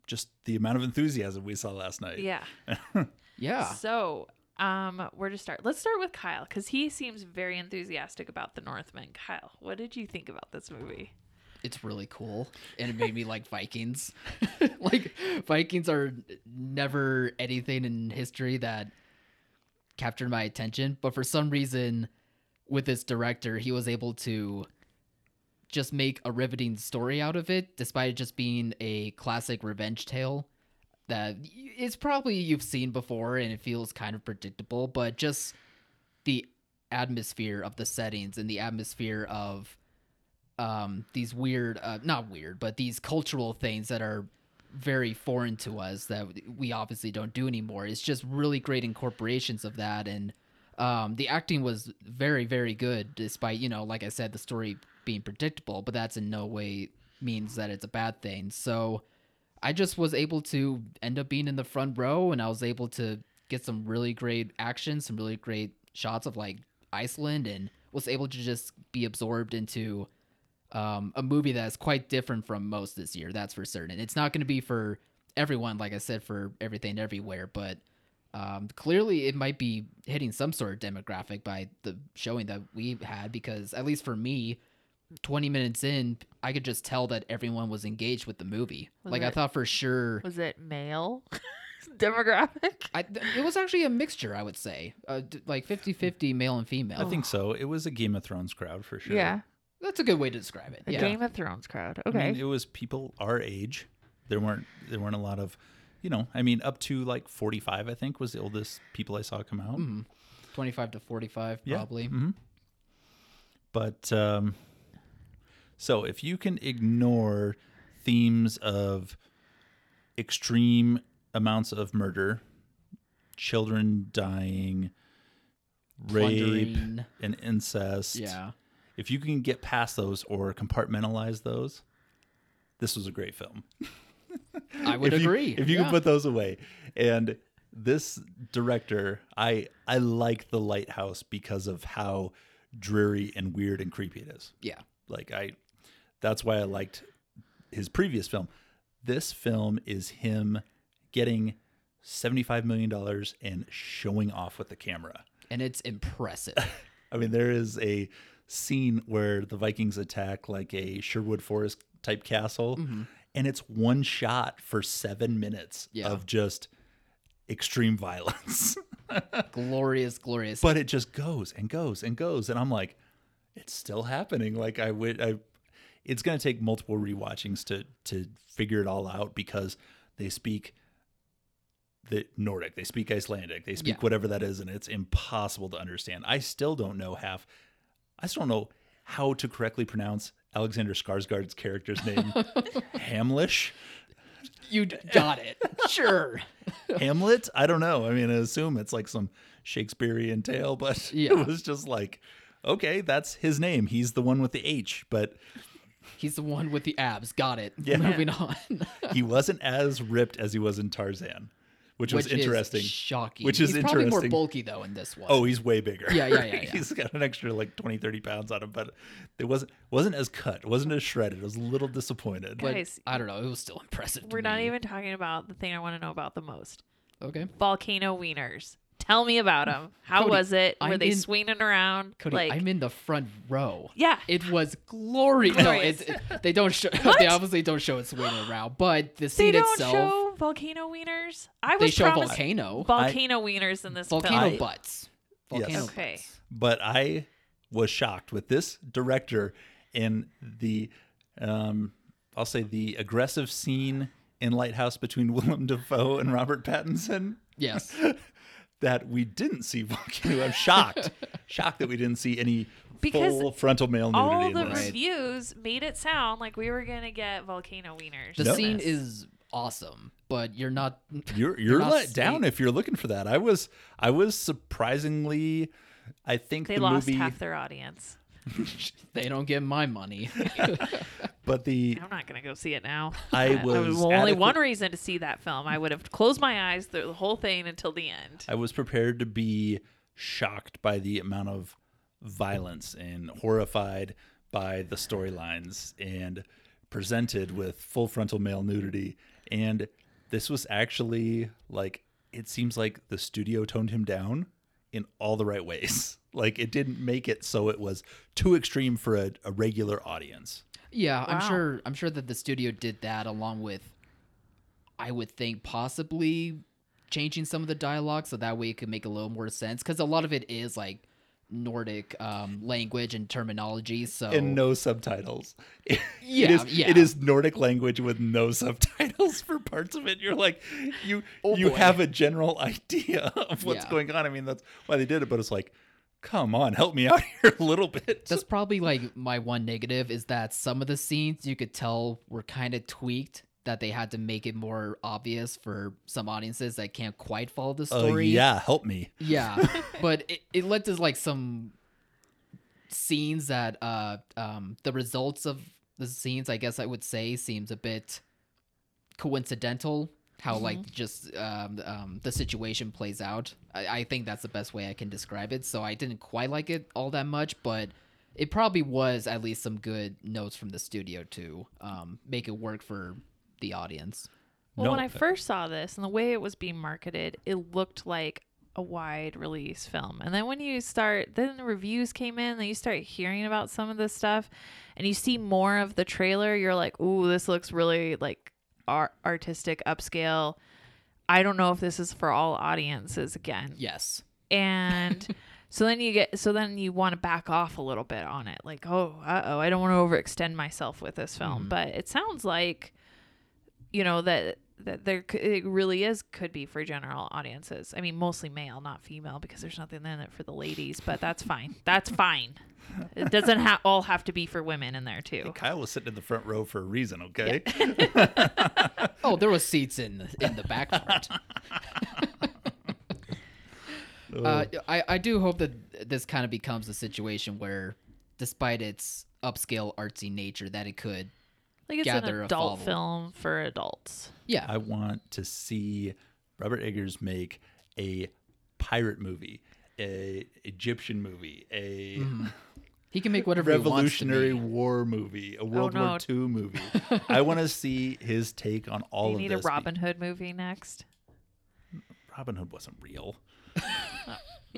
[SPEAKER 2] just the amount of enthusiasm we saw last night.
[SPEAKER 3] yeah.
[SPEAKER 4] yeah,
[SPEAKER 3] So, um, where to start? Let's start with Kyle because he seems very enthusiastic about the Northmen. Kyle, what did you think about this movie?
[SPEAKER 4] it's really cool and it made me like vikings like vikings are never anything in history that captured my attention but for some reason with this director he was able to just make a riveting story out of it despite it just being a classic revenge tale that y- it's probably you've seen before and it feels kind of predictable but just the atmosphere of the settings and the atmosphere of um, these weird, uh, not weird, but these cultural things that are very foreign to us that we obviously don't do anymore. It's just really great incorporations of that. And um, the acting was very, very good, despite, you know, like I said, the story being predictable, but that's in no way means that it's a bad thing. So I just was able to end up being in the front row and I was able to get some really great action, some really great shots of like Iceland and was able to just be absorbed into um, a movie that is quite different from most this year. That's for certain. It's not going to be for everyone, like I said, for everything everywhere, but um, clearly it might be hitting some sort of demographic by the showing that we had because at least for me, 20 minutes in, I could just tell that everyone was engaged with the movie.
[SPEAKER 3] Was
[SPEAKER 4] like I
[SPEAKER 3] it-
[SPEAKER 4] thought for sure
[SPEAKER 3] Was it male demographic?
[SPEAKER 4] I, th- it was actually a mixture, I would say. Uh, d- like 50-50 male and female.
[SPEAKER 2] I think
[SPEAKER 3] Oh.
[SPEAKER 2] so. It was a Game of Thrones crowd for sure.
[SPEAKER 3] Yeah,
[SPEAKER 4] that's a good way to describe it.
[SPEAKER 3] a
[SPEAKER 4] yeah.
[SPEAKER 3] Game of Thrones crowd. Okay,
[SPEAKER 2] I mean, it was people our age. There weren't there weren't a lot of, you know, I mean, up to like 45, I think, was the oldest people I saw come out.
[SPEAKER 4] 25 to 45
[SPEAKER 2] Yeah.
[SPEAKER 4] Mm-hmm,
[SPEAKER 2] Mm. Mm-hmm.
[SPEAKER 4] probably.
[SPEAKER 2] But um, so if you can ignore themes of extreme amounts of murder, children dying, rape,
[SPEAKER 4] Plundering.
[SPEAKER 2] and incest,
[SPEAKER 4] Yeah.
[SPEAKER 2] if you can get past those or compartmentalize those, this was a great film.
[SPEAKER 4] I would
[SPEAKER 2] if you-
[SPEAKER 4] agree.
[SPEAKER 2] if you
[SPEAKER 4] Yeah.
[SPEAKER 2] can put those away, and this director, I I like the Lighthouse because of how dreary and weird and creepy it is.
[SPEAKER 4] Yeah.
[SPEAKER 2] Like I, that's why I liked his previous film. This film is him getting seventy-five million dollars and showing off with the camera.
[SPEAKER 4] And it's impressive.
[SPEAKER 2] I mean, there is a scene where the Vikings attack like a Sherwood Forest type castle,
[SPEAKER 4] Mm-hmm.
[SPEAKER 2] and it's one shot for seven minutes
[SPEAKER 4] Yeah.
[SPEAKER 2] of just extreme violence.
[SPEAKER 4] glorious, glorious.
[SPEAKER 2] but it just goes and goes and goes, and I'm like, it's still happening. Like I would, I, it's gonna take multiple rewatchings to to figure it all out because they speak the Nordic, they speak Icelandic, they speak
[SPEAKER 4] Yeah.
[SPEAKER 2] whatever that is, and it's impossible to understand. I still don't know half. I still don't know how to correctly pronounce Alexander Skarsgård's character's name, Hamlish,
[SPEAKER 4] You d- got it. sure.
[SPEAKER 2] Hamlet. I don't know. I mean, I assume it's like some Shakespearean tale, but
[SPEAKER 4] Yeah.
[SPEAKER 2] it was just like, okay, that's his name. He's the one with the H, but
[SPEAKER 4] He's the one with the abs. Got it.
[SPEAKER 2] Yeah.
[SPEAKER 4] Moving on.
[SPEAKER 2] he wasn't as ripped as he was in Tarzan, which, was
[SPEAKER 4] Which is
[SPEAKER 2] interesting.
[SPEAKER 4] shocking.
[SPEAKER 2] Which is
[SPEAKER 4] He's
[SPEAKER 2] interesting.
[SPEAKER 4] probably more bulky though in this one.
[SPEAKER 2] Oh, he's way bigger.
[SPEAKER 4] Yeah, yeah, yeah, yeah.
[SPEAKER 2] he's got an extra like 20, 30 pounds on him, but it wasn't wasn't as cut, wasn't as shredded. I was a little disappointed.
[SPEAKER 4] but
[SPEAKER 3] Guys.
[SPEAKER 4] I don't know. It was still impressive. to
[SPEAKER 3] We're not
[SPEAKER 4] me.
[SPEAKER 3] even talking about the thing I want to know about the most:
[SPEAKER 4] okay.
[SPEAKER 3] volcano wieners. Tell me about them. How
[SPEAKER 4] Cody,
[SPEAKER 3] was it? Were
[SPEAKER 4] I'm
[SPEAKER 3] they
[SPEAKER 4] in-
[SPEAKER 3] swinging around?
[SPEAKER 4] Cody,
[SPEAKER 3] like,
[SPEAKER 4] I'm in the front row.
[SPEAKER 3] yeah,
[SPEAKER 4] It was glorious. No,
[SPEAKER 3] Glorious.
[SPEAKER 4] it's, it- they don't show. They obviously don't show it swinging around, but the
[SPEAKER 3] they
[SPEAKER 4] scene
[SPEAKER 3] don't
[SPEAKER 4] itself,
[SPEAKER 3] show volcano wieners. I was
[SPEAKER 4] they show
[SPEAKER 3] promised
[SPEAKER 4] volcano,
[SPEAKER 3] volcano wieners in this
[SPEAKER 4] volcano
[SPEAKER 3] film.
[SPEAKER 4] butts, volcano
[SPEAKER 2] Yes.
[SPEAKER 3] Okay.
[SPEAKER 4] butts.
[SPEAKER 2] But I was shocked with this director and the um I'll say the aggressive scene in Lighthouse between Willem Dafoe and Robert Pattinson
[SPEAKER 4] Yes,
[SPEAKER 2] that we didn't see volcano. I'm shocked. shocked that we didn't see any
[SPEAKER 3] Because
[SPEAKER 2] full frontal male nudity
[SPEAKER 3] All
[SPEAKER 2] in
[SPEAKER 3] the
[SPEAKER 2] this.
[SPEAKER 3] reviews made it sound like we were gonna get volcano wieners.
[SPEAKER 4] the
[SPEAKER 2] No.
[SPEAKER 4] scene is awesome, but you're not.
[SPEAKER 2] You're you're
[SPEAKER 4] not
[SPEAKER 2] let
[SPEAKER 4] see-
[SPEAKER 2] down if you're looking for that. I was I was surprisingly I think
[SPEAKER 3] They
[SPEAKER 2] the
[SPEAKER 3] lost
[SPEAKER 2] movie
[SPEAKER 3] half their audience.
[SPEAKER 4] They don't get my money.
[SPEAKER 2] but the
[SPEAKER 3] I'm not gonna go see it now.
[SPEAKER 2] I
[SPEAKER 3] Uh, there
[SPEAKER 2] was
[SPEAKER 3] only
[SPEAKER 2] adequate-
[SPEAKER 3] one reason to see that film. I would have closed my eyes through the whole thing until the end.
[SPEAKER 2] I was prepared to be shocked by the amount of violence and horrified by the storylines and presented with full frontal male nudity. And this was actually like, it seems like the studio toned him down in all the right ways. Like, it didn't make it so it was too extreme for a, a regular audience.
[SPEAKER 4] Yeah,
[SPEAKER 3] Wow.
[SPEAKER 4] I'm sure. I'm sure that the studio did that along with, I would think possibly changing some of the dialogue so that way it could make a little more sense because a lot of it is like Nordic um, language and terminology. So
[SPEAKER 2] and no subtitles. It
[SPEAKER 4] Oh. Yeah,
[SPEAKER 2] is-
[SPEAKER 4] yeah.
[SPEAKER 2] It is Nordic language with no subtitles for parts of it. You're like, you
[SPEAKER 4] Oh,
[SPEAKER 2] you
[SPEAKER 4] boy.
[SPEAKER 2] have a general idea of what's
[SPEAKER 4] Yeah.
[SPEAKER 2] going on. I mean, that's why they did it. But it's like, come on, help me out here a little bit.
[SPEAKER 4] that's probably like my one negative is that some of the scenes you could tell were kind of tweaked that they had to make it more obvious for some audiences that can't quite follow the
[SPEAKER 2] Uh,
[SPEAKER 4] story.
[SPEAKER 2] yeah, help me.
[SPEAKER 4] Yeah, but it, it led to like some scenes that uh um the results of the scenes I guess I would say seems a bit coincidental how like just um, um the situation plays out. I, I think that's the best way I can describe it. So I didn't quite like it all that much, but it probably was at least some good notes from the studio to um make it work for the audience.
[SPEAKER 3] Well,
[SPEAKER 2] No.
[SPEAKER 3] when I first saw this and the way it was being marketed, it looked like a wide release film. And then when you start, then the reviews came in, then you start hearing about some of this stuff, and you see more of the trailer, you're like, ooh, this looks really like ar- artistic, upscale. I don't know if this is for all audiences again.
[SPEAKER 4] Yes.
[SPEAKER 3] and so then you get so then you want to back off a little bit on it like oh uh-oh i don't want to overextend myself with this film
[SPEAKER 2] Mm-hmm.
[SPEAKER 3] but it sounds like you know that that there c- it really is could be for general audiences i mean mostly male not female because there's nothing in it for the ladies but that's fine that's fine it doesn't ha- all have to be for women in there too
[SPEAKER 2] Kyle was sitting in the front row for a reason. Okay,
[SPEAKER 4] Oh, there was seats in in the back part. uh, I I do hope that this kind of becomes a situation where, despite its upscale artsy nature, that it could
[SPEAKER 3] like it's
[SPEAKER 4] Gather
[SPEAKER 3] an
[SPEAKER 4] a
[SPEAKER 3] adult
[SPEAKER 4] follow.
[SPEAKER 3] film for adults
[SPEAKER 4] yeah
[SPEAKER 2] I want to see Robert Eggers make a pirate movie, a Egyptian movie, a.
[SPEAKER 4] Mm-hmm. he can make whatever
[SPEAKER 2] Revolutionary
[SPEAKER 4] He wants to be.
[SPEAKER 2] War movie, a World
[SPEAKER 3] Oh, no.
[SPEAKER 2] War II movie. I want to see his take on all
[SPEAKER 3] you
[SPEAKER 2] of
[SPEAKER 3] need a
[SPEAKER 2] this.
[SPEAKER 3] robin hood movie next
[SPEAKER 2] Robin Hood wasn't real.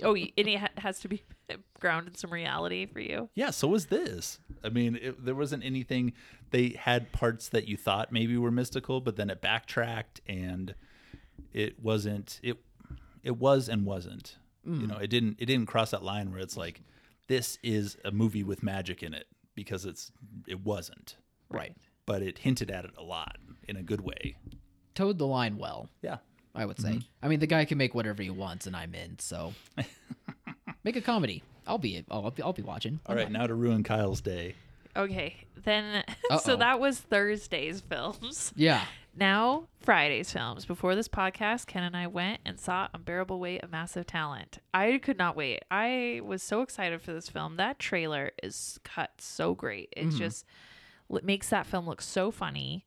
[SPEAKER 3] oh y- and it ha- has to be grounded in some reality for you
[SPEAKER 2] Yeah, so was this. I mean, it, there wasn't anything. They had parts that you thought maybe were mystical, but then it backtracked, and it wasn't. It it was and wasn't.
[SPEAKER 3] Hmm.
[SPEAKER 2] You know, it didn't. It didn't cross that line where it's like, this is a movie with magic in it because it's it wasn't.
[SPEAKER 4] Right,
[SPEAKER 2] But it hinted at it a lot in a good way.
[SPEAKER 4] towed the line well.
[SPEAKER 2] Yeah.
[SPEAKER 4] I would say.
[SPEAKER 2] Mm-hmm.
[SPEAKER 4] I mean, the guy can make whatever he wants, and I'm in. So make a comedy. I'll be it. I'll be, I'll be watching.
[SPEAKER 2] All right, now to ruin Kyle's day.
[SPEAKER 3] Okay, then.
[SPEAKER 4] Uh-oh.
[SPEAKER 3] so that was Thursday's films.
[SPEAKER 4] Yeah.
[SPEAKER 3] Now Friday's films. Before this podcast, Ken and I went and saw Unbearable Weight of Massive Talent. I could not wait. I was so excited for this film. That trailer is cut so great. It
[SPEAKER 4] Mm-hmm.
[SPEAKER 3] just l- makes that film look so funny.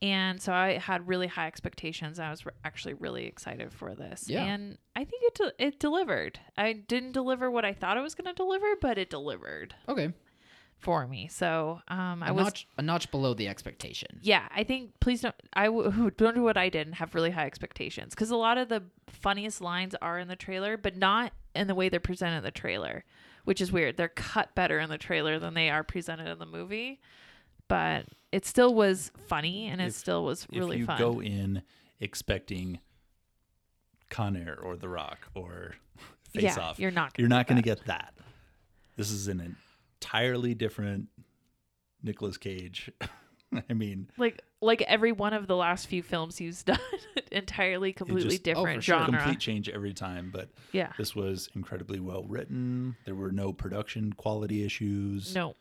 [SPEAKER 3] And so I had really high expectations. I was re- actually really excited for this.
[SPEAKER 4] Yeah.
[SPEAKER 3] And I think it del- it delivered. I didn't deliver what I thought it was going to deliver, but it delivered
[SPEAKER 4] Okay.
[SPEAKER 3] for me. So um, I
[SPEAKER 4] A
[SPEAKER 3] was
[SPEAKER 4] notch a notch below the expectation.
[SPEAKER 3] yeah, I think please don't. I w- don't do what I did and have really high expectations because a lot of the funniest lines are in the trailer, but not in the way they're presented in the trailer, which is weird. They're cut better in the trailer than they are presented in the movie, but it still was funny and it
[SPEAKER 2] If-
[SPEAKER 3] still was
[SPEAKER 2] if
[SPEAKER 3] really
[SPEAKER 2] you
[SPEAKER 3] fun.
[SPEAKER 2] go in expecting Con Air or The Rock or Face
[SPEAKER 3] Yeah,
[SPEAKER 2] Off,
[SPEAKER 3] you're not gonna
[SPEAKER 2] you're not
[SPEAKER 3] get
[SPEAKER 2] going to
[SPEAKER 3] that.
[SPEAKER 2] get that. This is an entirely different Nicolas Cage. I mean,
[SPEAKER 3] like like every one of the last few films he's done, entirely completely
[SPEAKER 2] just- oh,
[SPEAKER 3] different
[SPEAKER 4] for sure.
[SPEAKER 3] genre.
[SPEAKER 2] complete change every time, but
[SPEAKER 3] Yeah.
[SPEAKER 2] this was incredibly well written. There were no production quality issues
[SPEAKER 3] No,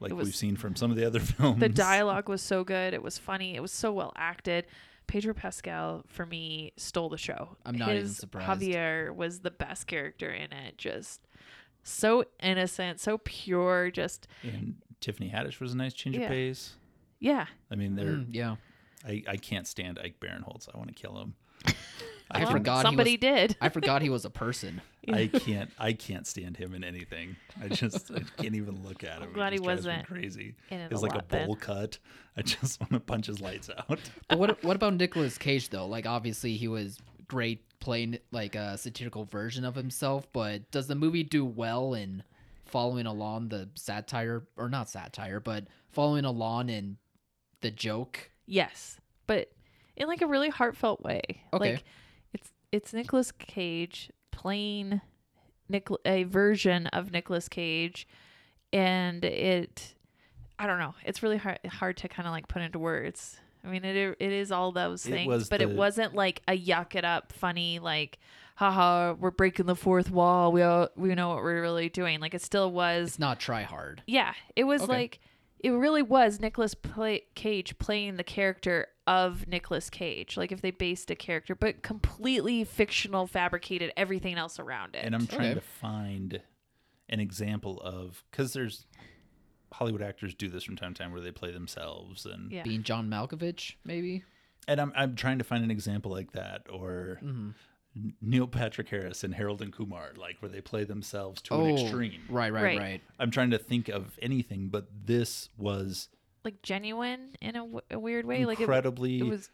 [SPEAKER 2] like
[SPEAKER 3] it was-
[SPEAKER 2] we've seen from some of the other films.
[SPEAKER 4] Mm.
[SPEAKER 3] The dialogue was so good. It was funny. It was so well acted. Pedro Pascal for me stole the show.
[SPEAKER 4] I'm not even
[SPEAKER 3] His
[SPEAKER 4] surprised.
[SPEAKER 3] Javier was the best character in it. Just so innocent, so pure. Just
[SPEAKER 2] and Tiffany Haddish was a nice change
[SPEAKER 3] Yeah.
[SPEAKER 2] of pace.
[SPEAKER 3] yeah.
[SPEAKER 2] I mean, they're
[SPEAKER 4] Mm, yeah.
[SPEAKER 2] I, I can't stand Ike Barinholtz. I want to kill him.
[SPEAKER 4] I
[SPEAKER 3] Well,
[SPEAKER 4] forgot.
[SPEAKER 3] somebody
[SPEAKER 4] he was,
[SPEAKER 3] did.
[SPEAKER 4] I forgot he was a person.
[SPEAKER 2] I can't. I can't stand him in anything. I just I can't even look at him. It
[SPEAKER 3] glad he
[SPEAKER 2] just drives me
[SPEAKER 3] wasn't
[SPEAKER 2] crazy.
[SPEAKER 3] in it
[SPEAKER 2] It's
[SPEAKER 3] a
[SPEAKER 2] like a
[SPEAKER 3] lot then.
[SPEAKER 2] bowl cut. I just want to punch his lights out.
[SPEAKER 4] But what what about Nicolas Cage though? Like obviously he was great playing like a satirical version of himself, but does the movie do well in following along the satire or not satire, but following along in the joke?
[SPEAKER 3] Yes, but in like a really heartfelt way.
[SPEAKER 4] Okay.
[SPEAKER 3] Like it's it's Nicolas Cage playing Nic- a version of Nicolas Cage and it I don't know. It's really hard hard to kind of like put into words. I mean, it it is all those
[SPEAKER 2] It
[SPEAKER 3] things,
[SPEAKER 2] was
[SPEAKER 3] but it
[SPEAKER 2] the-
[SPEAKER 3] wasn't like a yuck it up funny like haha, we're breaking the fourth wall. We all, we know what we're really doing. Like it still was
[SPEAKER 4] It's not try hard.
[SPEAKER 3] yeah, it was
[SPEAKER 4] Okay.
[SPEAKER 3] like it really was Nicolas play- Cage playing the character of Nicolas Cage. Like if they based a character, but completely fictional, fabricated everything else around it.
[SPEAKER 2] And I'm trying
[SPEAKER 4] Okay.
[SPEAKER 2] to find an example of because there's Hollywood actors do this from time to time where they play themselves and
[SPEAKER 3] yeah,
[SPEAKER 4] Being John Malkovich, maybe?
[SPEAKER 2] and I'm I'm trying to find an example like that or
[SPEAKER 3] Mm-hmm.
[SPEAKER 2] Neil Patrick Harris and Harold and Kumar like where they play themselves to
[SPEAKER 3] Oh,
[SPEAKER 2] an extreme.
[SPEAKER 4] Right, right,
[SPEAKER 3] Right.
[SPEAKER 4] right,
[SPEAKER 2] I'm trying to think of anything, but this was
[SPEAKER 3] like genuine in a, w- a weird way. Like it,
[SPEAKER 2] incredibly
[SPEAKER 3] it was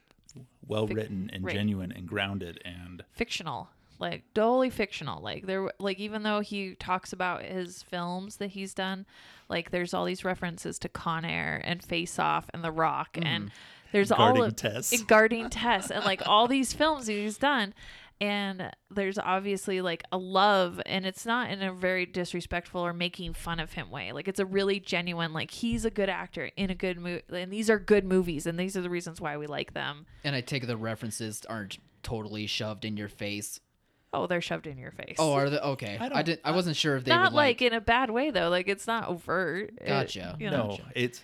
[SPEAKER 2] well written and
[SPEAKER 3] right.
[SPEAKER 2] genuine and grounded and
[SPEAKER 3] fictional, like totally fictional. Like there, w- like even though he talks about his films that he's done, like there's all these references to Con Air and Face Off and The Rock and. There's
[SPEAKER 2] Mm-hmm. Guarding
[SPEAKER 3] all of
[SPEAKER 2] Tess.
[SPEAKER 3] and guarding Tess and like all these films that he's done. And there's obviously like a love, and it's not in a very disrespectful or making fun of him way. Like it's a really genuine, like he's a good actor in a good movie, and these are good movies, and these are the reasons why we like them.
[SPEAKER 4] And I take the references aren't totally shoved in your face.
[SPEAKER 3] Oh, they're shoved in your face.
[SPEAKER 4] Oh, are they okay?
[SPEAKER 2] I
[SPEAKER 4] I,
[SPEAKER 2] don't-
[SPEAKER 4] didn't I wasn't sure if they
[SPEAKER 3] Uh, not
[SPEAKER 4] would
[SPEAKER 3] like, in a bad way though. Like it's not overt. It-
[SPEAKER 4] Gotcha.
[SPEAKER 3] you know.
[SPEAKER 2] No, it's.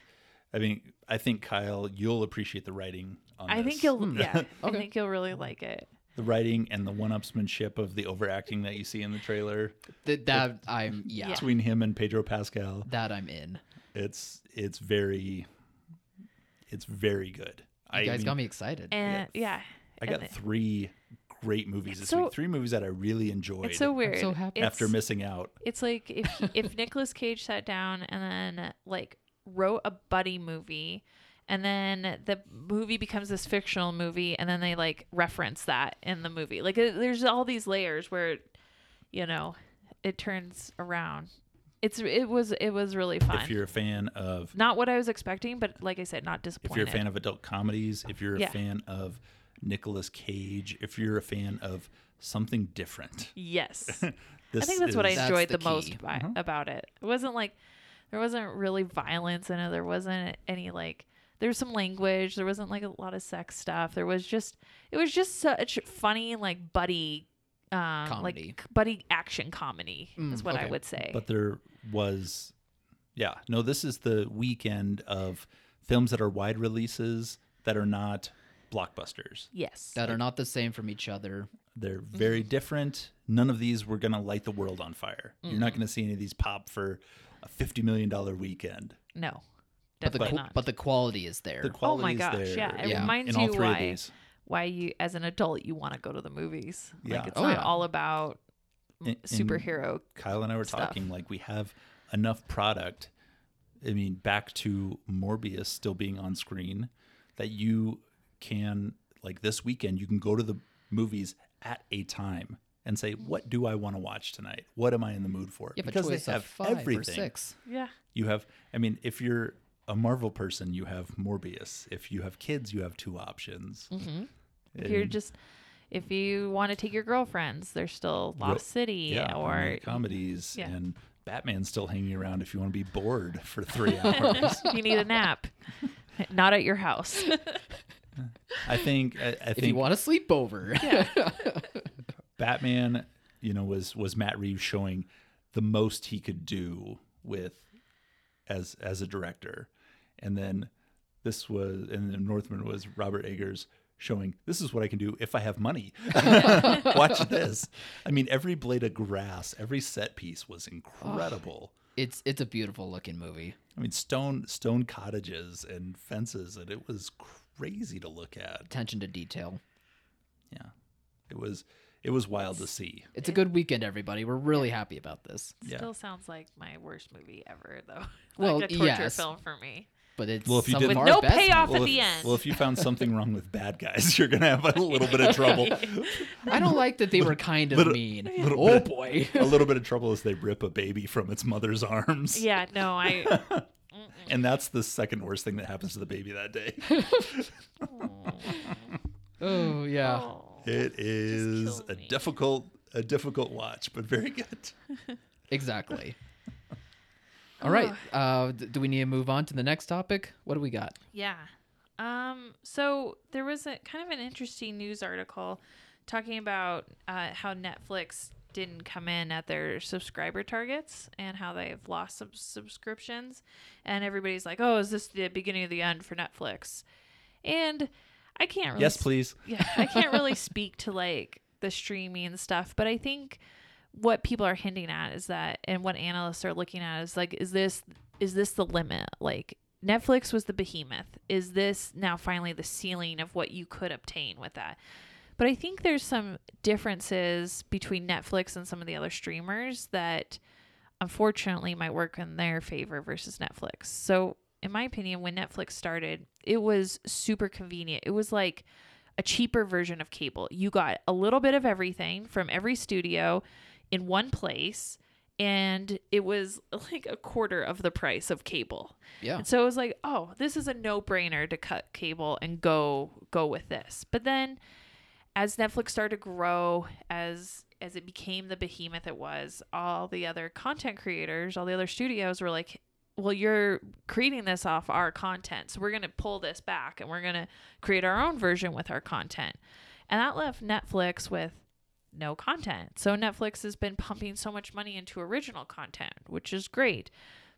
[SPEAKER 2] I mean, I think Kyle, you'll appreciate the writing. On
[SPEAKER 3] I
[SPEAKER 2] this.
[SPEAKER 3] think you'll yeah. I
[SPEAKER 4] Hmm. Okay.
[SPEAKER 3] think you'll really like it.
[SPEAKER 2] the writing and the one-upsmanship of the overacting that you see in the trailer
[SPEAKER 4] Th- that I'm yeah,
[SPEAKER 3] Yeah.
[SPEAKER 2] between him and Pedro Pascal.
[SPEAKER 4] That I'm in.
[SPEAKER 2] It's it's very, it's very good.
[SPEAKER 4] You
[SPEAKER 2] I
[SPEAKER 4] guys
[SPEAKER 2] mean,
[SPEAKER 4] got me excited.
[SPEAKER 3] And yeah.
[SPEAKER 2] I
[SPEAKER 3] and
[SPEAKER 2] got three great movies this
[SPEAKER 3] so-
[SPEAKER 2] week. Three movies that I really enjoyed.
[SPEAKER 3] it's so weird.
[SPEAKER 4] so happy.
[SPEAKER 2] after
[SPEAKER 3] It's-
[SPEAKER 2] missing out.
[SPEAKER 3] It's like if if Nicolas Cage sat down and then like wrote a buddy movie and then the movie becomes this fictional movie and then they like reference that in the movie. Like it, there's all these layers where you know it turns around. It's it was it was really fun.
[SPEAKER 2] If you're a fan of,
[SPEAKER 3] Not what I was expecting, but like I said, not
[SPEAKER 2] if
[SPEAKER 3] disappointed.
[SPEAKER 2] you're a fan of adult comedies, if you're a
[SPEAKER 3] Yeah.
[SPEAKER 2] fan of Nicolas Cage, if you're a fan of something different,
[SPEAKER 3] yes.
[SPEAKER 2] this
[SPEAKER 3] I think that's what I
[SPEAKER 2] is-
[SPEAKER 4] That's
[SPEAKER 3] enjoyed the,
[SPEAKER 4] the
[SPEAKER 3] most
[SPEAKER 4] key.
[SPEAKER 3] by,
[SPEAKER 2] Mm-hmm.
[SPEAKER 3] about it. It wasn't like there wasn't really violence in it. There wasn't any like There was some language. There wasn't like a lot of sex stuff. There was just it was just such funny like buddy, um,
[SPEAKER 4] Comedy.
[SPEAKER 3] like buddy action comedy is
[SPEAKER 4] Mm,
[SPEAKER 3] what I
[SPEAKER 4] okay.
[SPEAKER 3] would say.
[SPEAKER 2] but there was yeah no this is the weekend of films that are wide releases that are not blockbusters
[SPEAKER 3] yes,
[SPEAKER 4] that are not the same from each other.
[SPEAKER 2] they're
[SPEAKER 3] Mm-hmm.
[SPEAKER 2] very different none of these were going to light the world on fire you're
[SPEAKER 3] Mm-hmm.
[SPEAKER 2] not going to see any of these pop for a 50 million dollar weekend
[SPEAKER 3] no,
[SPEAKER 4] But the,
[SPEAKER 3] definitely
[SPEAKER 4] qu-
[SPEAKER 3] not.
[SPEAKER 4] but the quality is there.
[SPEAKER 2] the
[SPEAKER 3] oh
[SPEAKER 2] quality
[SPEAKER 3] my
[SPEAKER 2] is
[SPEAKER 3] gosh,
[SPEAKER 2] there
[SPEAKER 3] yeah, it
[SPEAKER 4] Yeah.
[SPEAKER 3] reminds
[SPEAKER 2] in all
[SPEAKER 3] you
[SPEAKER 2] three
[SPEAKER 3] why
[SPEAKER 2] of these
[SPEAKER 3] why you as an adult you want to go to the movies.
[SPEAKER 2] Yeah.
[SPEAKER 3] Like it's
[SPEAKER 4] Oh,
[SPEAKER 3] not
[SPEAKER 4] yeah.
[SPEAKER 3] all about m-
[SPEAKER 2] In- in-
[SPEAKER 3] superhero.
[SPEAKER 2] Kyle and I were
[SPEAKER 3] stuff.
[SPEAKER 2] talking like we have enough product. I mean, back to Morbius still being on screen, that you can like this weekend you can go to the movies at a time and say, "What do I want to watch tonight? What am I in the mood for?"
[SPEAKER 4] you have a choice of five or six.
[SPEAKER 3] Yeah.
[SPEAKER 2] You have, I mean, if you're a Marvel person, you have Morbius. If you have kids, you have two options.
[SPEAKER 3] If you're
[SPEAKER 2] And-
[SPEAKER 3] just if you want to take your girlfriends, there's still Lost City
[SPEAKER 2] yeah,
[SPEAKER 3] or
[SPEAKER 2] romantic comedies
[SPEAKER 3] yeah.
[SPEAKER 2] and Batman's still hanging around if you want to be bored for three hours.
[SPEAKER 3] if you need a nap. Not at your house.
[SPEAKER 2] I think I, I
[SPEAKER 4] If you
[SPEAKER 2] think
[SPEAKER 4] want to sleep over,
[SPEAKER 2] Batman, you know, was was Matt Reeves showing the most he could do with as as a director, and then this was and then Northman was Robert Eggers showing this is what I can do if I have money. Watch this. I mean, every blade of grass, every set piece was incredible.
[SPEAKER 4] it's it's a beautiful looking movie.
[SPEAKER 2] I mean, stone stone cottages and fences, and it was crazy to look at.
[SPEAKER 4] Attention to detail.
[SPEAKER 2] Yeah, it was it was wild to see.
[SPEAKER 4] It's a good weekend, everybody. We're really happy about this,
[SPEAKER 2] Yeah.
[SPEAKER 3] Still sounds like my worst movie ever though.
[SPEAKER 4] Well,
[SPEAKER 3] like a torture
[SPEAKER 4] yes.
[SPEAKER 3] film for me.
[SPEAKER 4] but it's
[SPEAKER 2] Well, if you
[SPEAKER 4] some
[SPEAKER 2] didn't-
[SPEAKER 4] of
[SPEAKER 2] With
[SPEAKER 4] our
[SPEAKER 3] no
[SPEAKER 4] best
[SPEAKER 3] payoff
[SPEAKER 4] movies.
[SPEAKER 3] at the end.
[SPEAKER 2] Well, if you found something wrong with bad guys, you're gonna have a little bit of trouble.
[SPEAKER 4] I don't like that they were kind of
[SPEAKER 2] Little-
[SPEAKER 4] mean.
[SPEAKER 2] little
[SPEAKER 4] oh
[SPEAKER 2] bit.
[SPEAKER 4] boy.
[SPEAKER 2] a little bit of trouble as they rip a baby from its mother's arms.
[SPEAKER 3] Yeah, no, I
[SPEAKER 2] And that's the second worst thing that happens to the baby that day.
[SPEAKER 4] Oh yeah.
[SPEAKER 3] oh,
[SPEAKER 2] It is
[SPEAKER 3] killed
[SPEAKER 2] a
[SPEAKER 3] me.
[SPEAKER 2] difficult a difficult watch, but very good.
[SPEAKER 4] Exactly. All right.
[SPEAKER 3] Ah.
[SPEAKER 4] Uh, d- do we need to move on to the next topic? What do we got?
[SPEAKER 3] Yeah. Um, so there was a kind of an interesting news article talking about uh, how Netflix didn't come in at their subscriber targets and how they've lost some subscriptions. And everybody's like, oh, is this the beginning of the end for Netflix? And I can't really
[SPEAKER 2] Yes, please.
[SPEAKER 3] yeah, I can't really speak to like the streaming and stuff, but I think what people are hinting at is that and what analysts are looking at is like is this is this the limit? Like Netflix was the behemoth. Is this now finally the ceiling of what you could obtain with that? But I think there's some differences between Netflix and some of the other streamers that unfortunately might work in their favor versus Netflix. So, in my opinion, when Netflix started, it was super convenient. It was like a cheaper version of cable. You got a little bit of everything from every studio in one place, and it was like a quarter of the price of cable.
[SPEAKER 4] Yeah.
[SPEAKER 3] And so it was like, oh, this is a no-brainer to cut cable and go go with this. But then as Netflix started to grow, as as it became the behemoth it was, all the other content creators, all the other studios were like, well, you're creating this off our content. So we're going to pull this back and we're going to create our own version with our content. And that left Netflix with no content. So Netflix has been pumping so much money into original content, which is great.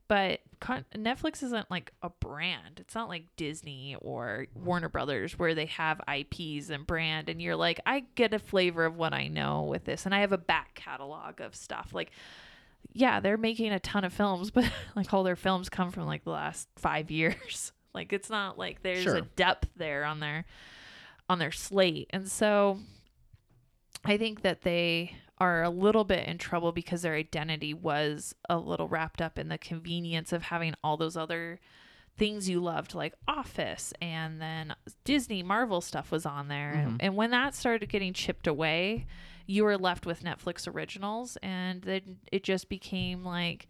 [SPEAKER 3] But con- Netflix isn't like a brand. It's not like Disney or Warner Brothers where they have IPs and brand and you're like, I get a flavor of what I know with this and I have a back catalog of stuff. Like yeah, they're making a ton of films, but like all their films come from like the last 5 years. like it's not like there's
[SPEAKER 4] Sure.
[SPEAKER 3] a depth there on their on their slate. And so I think that they are a little bit in trouble because their identity was a little wrapped up in the convenience of having all those other things you loved like office and then disney marvel stuff was on there and, and when that started getting chipped away you were left with netflix originals and then it just became like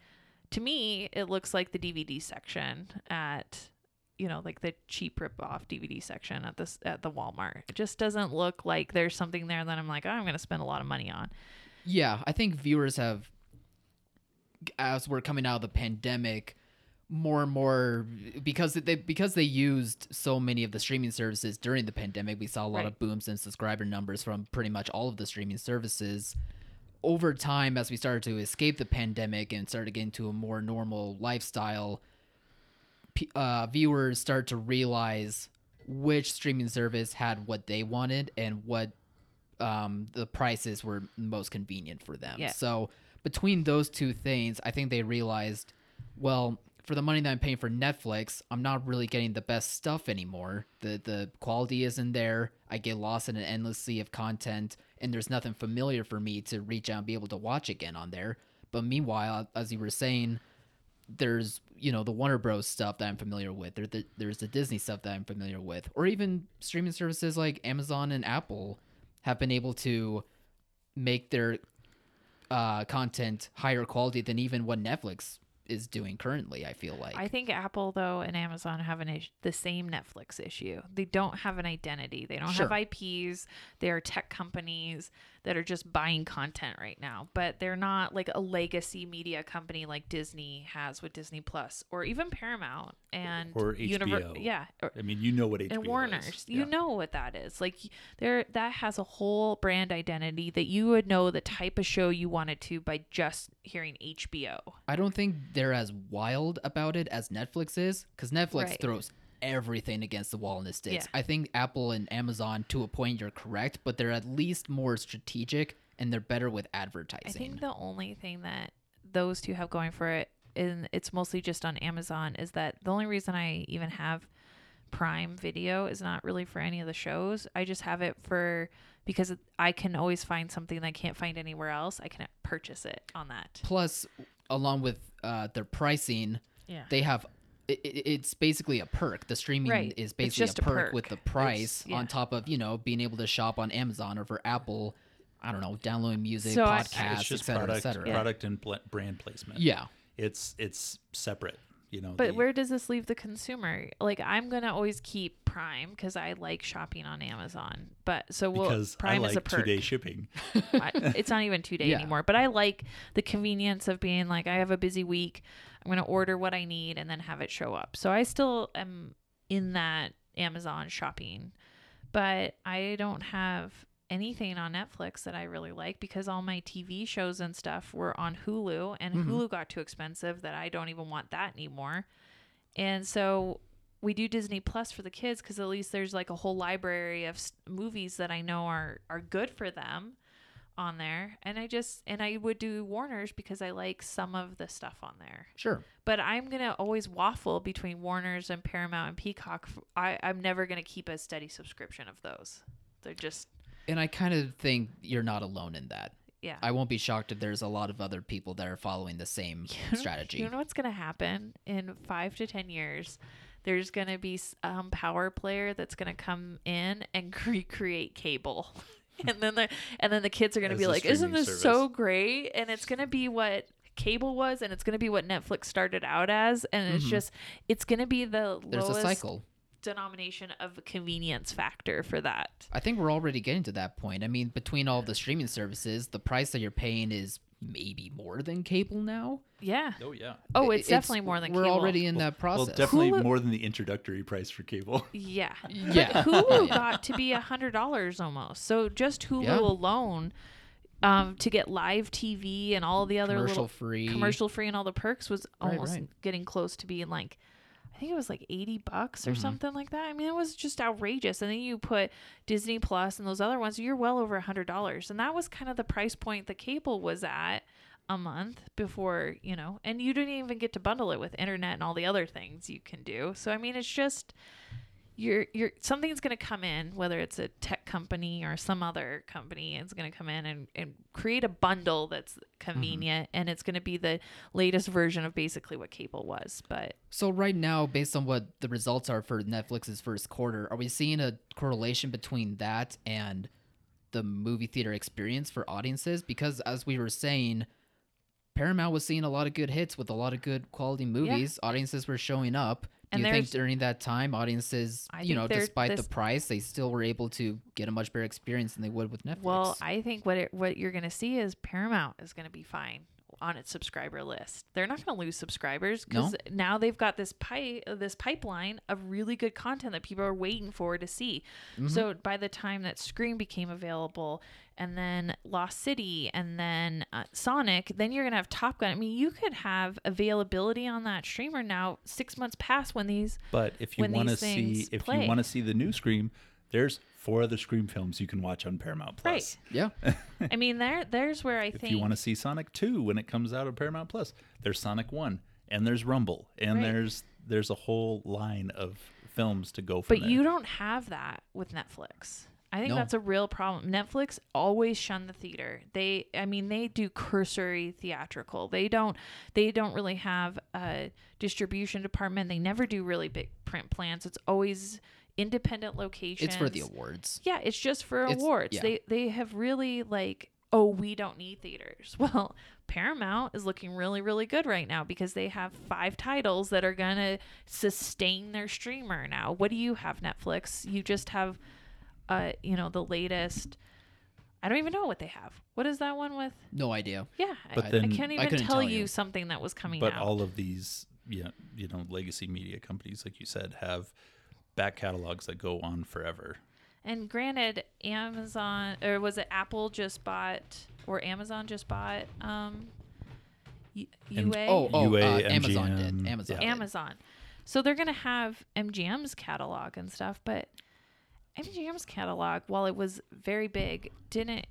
[SPEAKER 3] to me it looks like the dvd section at you know like the cheap rip off dvd section at this at the walmart it just doesn't look like there's something there that i'm like oh, i'm gonna spend a lot of money on
[SPEAKER 4] Yeah, I think viewers have, as we're coming out of the pandemic, more and more because they because they used so many of the streaming services during the pandemic. We saw a lot
[SPEAKER 3] Right.
[SPEAKER 4] of booms in subscriber numbers from pretty much all of the streaming services. Over time, as we started to escape the pandemic and started getting to a more normal lifestyle, pe- uh, viewers start to realize which streaming service had what they wanted and what um, the prices were most convenient for them.
[SPEAKER 3] Yeah.
[SPEAKER 4] So between those two things, I think they realized, well, for the money that I'm paying for Netflix, I'm not really getting the best stuff anymore. The the quality isn't there. I get lost in an endless sea of content, and there's nothing familiar for me to reach out and be able to watch again on there. But meanwhile, as you were saying, there's you know the Warner Bros stuff that I'm familiar with. There, there- there's the Disney stuff that I'm familiar with, or even streaming services like Amazon and Apple have been able to make their uh, content higher quality than even what Netflix is doing currently. I feel like
[SPEAKER 3] I think Apple though and Amazon have an is- the same Netflix issue. They don't have an identity. They don't
[SPEAKER 4] Sure.
[SPEAKER 3] have IPs. They are tech companies that are just buying content right now, but they're not like a legacy media company like Disney has with Disney Plus or even Paramount and
[SPEAKER 2] Or
[SPEAKER 3] Univer-
[SPEAKER 2] HBO.
[SPEAKER 3] yeah, or-
[SPEAKER 2] I mean, you know what HBO
[SPEAKER 3] and
[SPEAKER 2] is.
[SPEAKER 3] Warner's. You
[SPEAKER 2] Yeah.
[SPEAKER 3] know what that is. Like y- there that has a whole brand identity that you would know the type of show you wanted to by just hearing HBO.
[SPEAKER 4] I don't think they're as wild about it as Netflix is, because Netflix
[SPEAKER 3] Right.
[SPEAKER 4] throws everything against the wall in the sticks.
[SPEAKER 3] Yeah.
[SPEAKER 4] I think Apple and Amazon, to a point, you're correct, but they're at least more strategic and they're better with advertising.
[SPEAKER 3] I think the only thing that those two have going for it, and it's mostly just on Amazon, is that the only reason I even have Prime Video is not really for any of the shows. I just have it for because I can always find something that I can't find anywhere else. I can purchase it on that.
[SPEAKER 4] Plus, along with uh, their pricing,
[SPEAKER 3] Yeah.
[SPEAKER 4] they have i i- it's basically a perk. The streaming
[SPEAKER 3] Right.
[SPEAKER 4] is
[SPEAKER 3] It's
[SPEAKER 4] basically
[SPEAKER 3] just
[SPEAKER 4] a,
[SPEAKER 3] a
[SPEAKER 4] perk
[SPEAKER 3] perk.
[SPEAKER 4] with the price
[SPEAKER 3] yeah.
[SPEAKER 4] on top of you know being able to shop on Amazon or for Apple. I don't know, downloading music,
[SPEAKER 3] So I- It's
[SPEAKER 2] It's
[SPEAKER 4] podcasts, et
[SPEAKER 2] just
[SPEAKER 4] cetera, et
[SPEAKER 2] product,
[SPEAKER 4] cetera.
[SPEAKER 2] product and bl- brand placement.
[SPEAKER 4] Yeah.
[SPEAKER 2] it's it's separate. You know,
[SPEAKER 3] But
[SPEAKER 2] the-
[SPEAKER 3] where does this leave the consumer? Like I'm gonna always keep Prime because I like shopping on Amazon. But so we'll
[SPEAKER 2] because
[SPEAKER 3] Prime
[SPEAKER 2] I
[SPEAKER 3] is a
[SPEAKER 2] like
[SPEAKER 3] perk.
[SPEAKER 2] two day shipping.
[SPEAKER 3] I- it's not even two day
[SPEAKER 4] Yeah.
[SPEAKER 3] anymore. But I like the convenience of being like, I have a busy week. I'm going to order what I need and then have it show up. So I still am in that Amazon shopping, but I don't have anything on Netflix that I really like because all my TV shows and stuff were on Hulu, and Hulu got too expensive that I don't even want that anymore. And so we do Disney Plus for the kids because at least there's like a whole library of s- movies that I know are are good for them on there. And I just and I would do Warner's because I like some of the stuff on there.
[SPEAKER 4] Sure.
[SPEAKER 3] But I'm gonna always waffle between Warner's and Paramount and Peacock. F- I I'm never gonna keep a steady subscription of those. They're just
[SPEAKER 4] And I kind of think you're not alone in that.
[SPEAKER 3] yeah.
[SPEAKER 4] I won't be shocked if there's a lot of other people that are following the same strategy.
[SPEAKER 3] You know what's going to happen in five to 10 years? There's going to be some power player that's going to come in and recreate cable. And then the and then the kids are going to
[SPEAKER 2] As
[SPEAKER 3] be
[SPEAKER 2] a
[SPEAKER 3] like, "Isn't
[SPEAKER 2] streaming
[SPEAKER 3] this so great?" And it's going to be what cable was, and it's going to be what Netflix started out as, and it's just it's going to be the
[SPEAKER 4] Mm-hmm. there's a
[SPEAKER 3] lowest
[SPEAKER 4] cycle.
[SPEAKER 3] denomination of convenience factor for that.
[SPEAKER 4] I think we're already getting to that point. I mean, between all the streaming services, the price that you're paying is maybe more than cable now.
[SPEAKER 3] Yeah.
[SPEAKER 2] Oh yeah.
[SPEAKER 3] Oh,
[SPEAKER 4] I-
[SPEAKER 3] it's, definitely more than
[SPEAKER 4] we're
[SPEAKER 3] cable.
[SPEAKER 4] already in that
[SPEAKER 2] Well,
[SPEAKER 4] process.
[SPEAKER 2] definitely
[SPEAKER 3] Hulu-
[SPEAKER 2] more than the introductory price for cable.
[SPEAKER 3] Yeah.
[SPEAKER 4] Yeah.
[SPEAKER 3] Hulu got to be a hundred dollars almost. So just Hulu
[SPEAKER 4] Yeah.
[SPEAKER 3] alone, um, to get live TV and all the other
[SPEAKER 4] commercial
[SPEAKER 3] little
[SPEAKER 4] free.
[SPEAKER 3] commercial free and all the perks was
[SPEAKER 4] Right,
[SPEAKER 3] almost
[SPEAKER 4] right.
[SPEAKER 3] getting close to being like, I think it was like eighty bucks or
[SPEAKER 4] Mm-hmm.
[SPEAKER 3] something like that. I mean, it was just outrageous. And then you put Disney Plus and those other ones, you're well over a hundred dollars, and that was kind of the price point the cable was at a month before you know and you didn't even get to bundle it with internet and all the other things you can do so i mean it's just you're you're something's going to come in whether it's a tech company or some other company it's going to come in and, and create a bundle that's convenient and it's going to be the latest version of basically what cable was but
[SPEAKER 4] So right now, based on what the results are for Netflix's first quarter, are we seeing a correlation between that and the movie theater experience for audiences? Because as we were saying, Paramount was seeing a lot of good hits with a lot of good quality movies. Audiences were showing up. Do
[SPEAKER 3] And
[SPEAKER 4] you think
[SPEAKER 3] there's-
[SPEAKER 4] during that time, audiences,
[SPEAKER 3] I
[SPEAKER 4] you
[SPEAKER 3] think
[SPEAKER 4] know,
[SPEAKER 3] there-
[SPEAKER 4] despite
[SPEAKER 3] this-
[SPEAKER 4] the price, they still were able to get a much better experience than they would with Netflix?
[SPEAKER 3] well i think what it, what you're going to see is paramount is going to be fine on its subscriber list. They're not going to lose subscribers
[SPEAKER 4] No.
[SPEAKER 3] because now they've got this pipe, this pipeline of really good content that people are waiting for to see.
[SPEAKER 2] Mm-hmm.
[SPEAKER 3] So by the time that Scream became available, and then Lost City, and then uh, Sonic, then you're going to have Top Gun. I mean, you could have availability on that streamer now six months past when these.
[SPEAKER 2] But if you
[SPEAKER 3] when
[SPEAKER 2] want to
[SPEAKER 3] these
[SPEAKER 2] see
[SPEAKER 3] things
[SPEAKER 2] if
[SPEAKER 3] play.
[SPEAKER 2] you want to see the new Scream, there's four other Scream films you can watch on Paramount Plus.
[SPEAKER 3] Right.
[SPEAKER 4] Yeah.
[SPEAKER 3] I mean, there, there's where I
[SPEAKER 2] If
[SPEAKER 3] think
[SPEAKER 2] you want to see Sonic 2 when it comes out of Paramount Plus, there's Sonic 1 and there's Rumble and
[SPEAKER 3] Right.
[SPEAKER 2] there's there's a whole line of films to go from
[SPEAKER 3] But
[SPEAKER 2] there.
[SPEAKER 3] you don't have that with Netflix. I think
[SPEAKER 4] No.
[SPEAKER 3] that's a real problem. Netflix always shun the theater. They I mean they do cursory theatrical. They don't they don't really have a distribution department. They never do really big print plans. It's always independent locations.
[SPEAKER 4] it's for the awards.
[SPEAKER 3] Yeah, it's just for
[SPEAKER 4] It's-
[SPEAKER 3] awards.
[SPEAKER 4] yeah.
[SPEAKER 3] They they have really like oh we don't need theaters. Well, Paramount is looking really really good right now because they have five titles that are gonna sustain their streamer now. What do you have Netflix? You just have, uh, you know the latest. I don't even know what they have. What is that one with?
[SPEAKER 4] No idea.
[SPEAKER 3] Yeah,
[SPEAKER 2] But
[SPEAKER 3] I, I
[SPEAKER 2] then-
[SPEAKER 3] can't
[SPEAKER 4] I
[SPEAKER 3] even
[SPEAKER 4] couldn't
[SPEAKER 3] tell,
[SPEAKER 4] tell
[SPEAKER 3] you,
[SPEAKER 4] you.
[SPEAKER 3] something that was coming
[SPEAKER 2] but
[SPEAKER 3] out.
[SPEAKER 2] all of these yeah, you know, legacy media companies like you said have back catalogs that go on forever.
[SPEAKER 3] And granted, Amazon or was it Apple just bought or Amazon just bought um U-
[SPEAKER 2] And-
[SPEAKER 3] UA
[SPEAKER 4] Oh, oh,
[SPEAKER 2] UA,
[SPEAKER 4] uh, Amazon
[SPEAKER 2] MGM,
[SPEAKER 4] did. Amazon. did.
[SPEAKER 3] Amazon. So they're going to have MGM's catalog and stuff, but MGM's catalog while it was very big didn't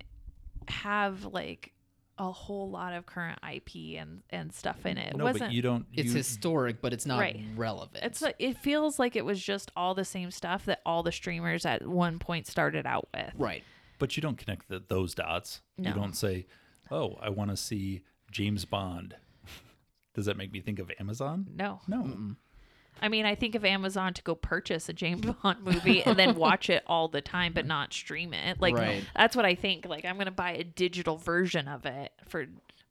[SPEAKER 3] have like a whole lot of current IP and and stuff in it. it
[SPEAKER 2] no,
[SPEAKER 3] wasn't
[SPEAKER 2] but you don't
[SPEAKER 4] It's
[SPEAKER 2] you,
[SPEAKER 4] historic, but it's not
[SPEAKER 3] Right.
[SPEAKER 4] relevant.
[SPEAKER 3] it's like it feels like it was just all the same stuff that all the streamers at one point started out with.
[SPEAKER 4] right.
[SPEAKER 2] But you don't connect the, those dots.
[SPEAKER 3] No.
[SPEAKER 2] You don't say, "Oh, I want to see James Bond." Does that make me think of Amazon?
[SPEAKER 3] No.
[SPEAKER 2] No.
[SPEAKER 3] I mean, I think of Amazon to go purchase a James Bond movie and then watch it all the time, but not stream it. Like
[SPEAKER 4] Right.
[SPEAKER 3] that's what I think. Like I'm gonna buy a digital version of it for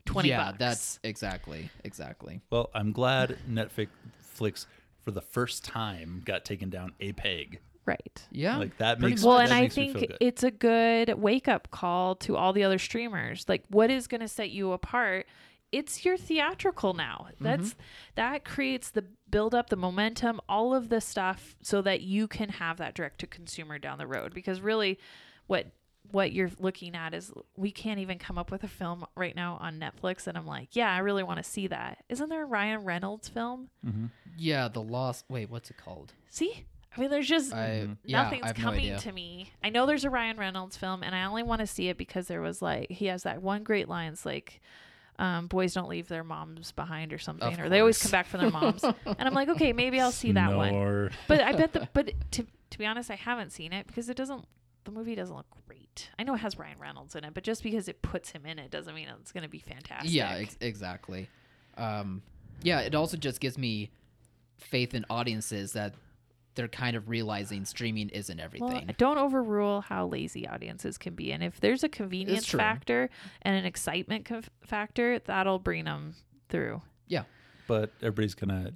[SPEAKER 3] twenty
[SPEAKER 4] yeah,
[SPEAKER 3] bucks.
[SPEAKER 4] that's exactly, exactly.
[SPEAKER 2] Well, I'm glad Netflix for the first time got taken down a peg.
[SPEAKER 3] right.
[SPEAKER 4] Yeah.
[SPEAKER 2] Like that makes
[SPEAKER 3] Well,
[SPEAKER 2] that
[SPEAKER 3] Oh, and I
[SPEAKER 2] makes me feel
[SPEAKER 3] think
[SPEAKER 2] good.
[SPEAKER 3] it's a good wake up call to all the other streamers. Like, what is going to set you apart? It's your theatrical now.
[SPEAKER 2] Mm-hmm.
[SPEAKER 3] That's that creates the build up, the momentum, all of the stuff, so that you can have that direct to consumer down the road. Because really, what what you're looking at is we can't even come up with a film right now on Netflix, and I'm like, yeah, I really want to see that. Isn't there a Ryan Reynolds film?
[SPEAKER 4] yeah, the lost. Wait, what's it called?
[SPEAKER 3] See, I mean, there's just
[SPEAKER 4] I
[SPEAKER 2] Mm-hmm.
[SPEAKER 4] yeah,
[SPEAKER 3] nothing's
[SPEAKER 4] I have no
[SPEAKER 3] coming
[SPEAKER 4] idea.
[SPEAKER 3] to me. I know there's a Ryan Reynolds film, and I only want to see it because there was like he has that one great line, it's like, um, "Boys don't leave their moms behind" or something,
[SPEAKER 4] Of
[SPEAKER 3] or they always come
[SPEAKER 4] course.
[SPEAKER 3] back for their moms. and I'm like, okay, maybe I'll see that one.
[SPEAKER 2] Snore.
[SPEAKER 3] But I bet the but to to be honest, I haven't seen it because it doesn't. The movie doesn't look great. I know it has Ryan Reynolds in it, but just because it puts him in it doesn't mean it's going to be fantastic.
[SPEAKER 4] Yeah, ex- exactly. Um, yeah, it also just gives me faith in audiences that they're kind of realizing streaming isn't
[SPEAKER 3] Well,
[SPEAKER 4] everything.
[SPEAKER 3] don't overrule how lazy audiences can be, and if there's a convenience
[SPEAKER 4] true.
[SPEAKER 3] factor and an excitement conf- factor, that'll bring them through.
[SPEAKER 4] yeah,
[SPEAKER 2] but everybody's gonna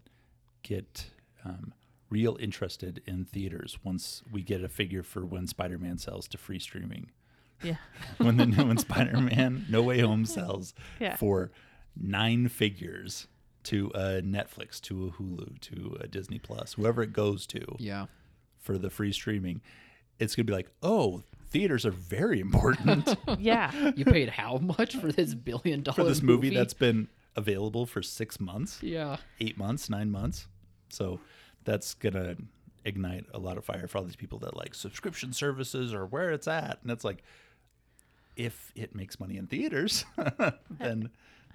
[SPEAKER 2] get um, real interested in theaters once we get a figure for when Spider-Man sells to free streaming.
[SPEAKER 3] Yeah.
[SPEAKER 2] when the new one Spider-Man No Way Home sells
[SPEAKER 3] Yeah.
[SPEAKER 2] for nine figures to a Netflix, to a Hulu, to a Disney Plus, whoever it goes to
[SPEAKER 4] yeah,
[SPEAKER 2] for the free streaming, it's gonna be like, oh, theaters are very important
[SPEAKER 3] Yeah.
[SPEAKER 4] you paid how much for this billion dollar
[SPEAKER 2] for this movie, that's been available for six months,
[SPEAKER 4] yeah,
[SPEAKER 2] eight months, nine months. So that's gonna ignite a lot of fire for all these people that like subscription services or where it's at. And it's like if it makes money in theaters, then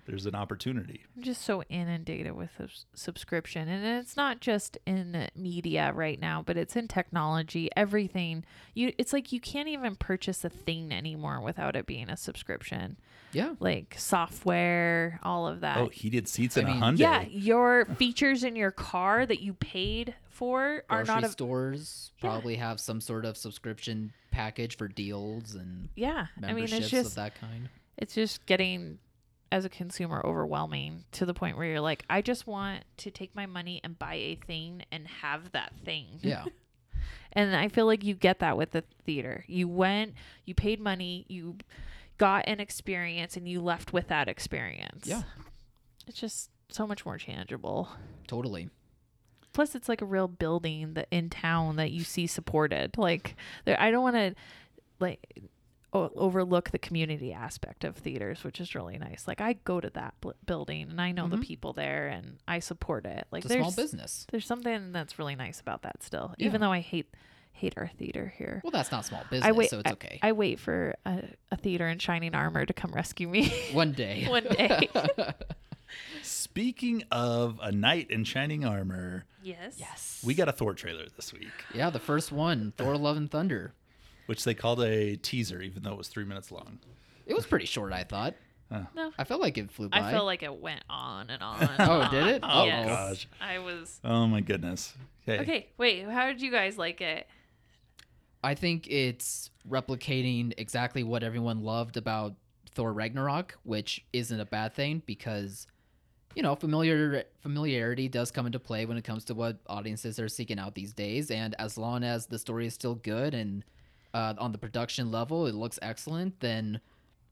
[SPEAKER 2] there's an opportunity.
[SPEAKER 3] I'm just so inundated with subs- subscription, and it's not just in media right now, but it's in technology. Everything you, it's like you can't even purchase a thing anymore without it being a subscription,
[SPEAKER 4] yeah.
[SPEAKER 3] like software, all of that.
[SPEAKER 2] Oh, heated seats in
[SPEAKER 4] I mean,
[SPEAKER 2] a Hyundai.
[SPEAKER 3] yeah, your features in your car that you paid for are
[SPEAKER 4] Grocery
[SPEAKER 3] not a,
[SPEAKER 4] stores probably have some sort of subscription package for deals and
[SPEAKER 3] yeah i mean
[SPEAKER 4] memberships
[SPEAKER 3] it's just
[SPEAKER 4] of that kind.
[SPEAKER 3] it's just getting as a consumer overwhelming to the point where you're like i just want to take my money and buy a thing and have that thing
[SPEAKER 4] Yeah,
[SPEAKER 3] and i feel like you get that with the theater you went you paid money you got an experience and you left with that experience
[SPEAKER 4] Yeah.
[SPEAKER 3] It's just so much more tangible.
[SPEAKER 4] Totally.
[SPEAKER 3] Plus, it's like a real building that in town that you see supported. Like, there, I don't want to like o- overlook the community aspect of theaters, which is really nice. Like, I go to that bl- building and I know the people there and I support it. Like,
[SPEAKER 4] Mm-hmm. It's a
[SPEAKER 3] there's
[SPEAKER 4] small business.
[SPEAKER 3] there's something that's really nice about that still, even
[SPEAKER 4] Yeah.
[SPEAKER 3] though I hate hate our theater here.
[SPEAKER 4] Well, that's not small business,
[SPEAKER 3] I wait.
[SPEAKER 4] so it's
[SPEAKER 3] I-
[SPEAKER 4] okay.
[SPEAKER 3] I, wait for a, a theater in shining armor to come rescue me
[SPEAKER 4] One day.
[SPEAKER 3] one day.
[SPEAKER 2] Speaking of a knight in shining armor,
[SPEAKER 3] yes.
[SPEAKER 4] Yes.
[SPEAKER 2] we got a Thor trailer this week,
[SPEAKER 4] Yeah, the first one, Thor: Love and Thunder.
[SPEAKER 2] which they called a teaser, even though it was three minutes long.
[SPEAKER 4] It was pretty short, I thought.
[SPEAKER 3] No.
[SPEAKER 4] I felt like it flew by.
[SPEAKER 3] I feel like it went on and on. and
[SPEAKER 4] Oh,
[SPEAKER 3] on.
[SPEAKER 4] did it?
[SPEAKER 3] Oh,
[SPEAKER 4] Uh-oh.
[SPEAKER 3] yes.
[SPEAKER 2] Gosh.
[SPEAKER 3] I was.
[SPEAKER 2] Oh my goodness. Hey,
[SPEAKER 3] Okay, wait. How did you guys like it?
[SPEAKER 4] I think it's replicating exactly what everyone loved about Thor Ragnarok, which isn't a bad thing because you know, familiar familiarity does come into play when it comes to what audiences are seeking out these days and as long as the story is still good and uh, on the production level it looks excellent, then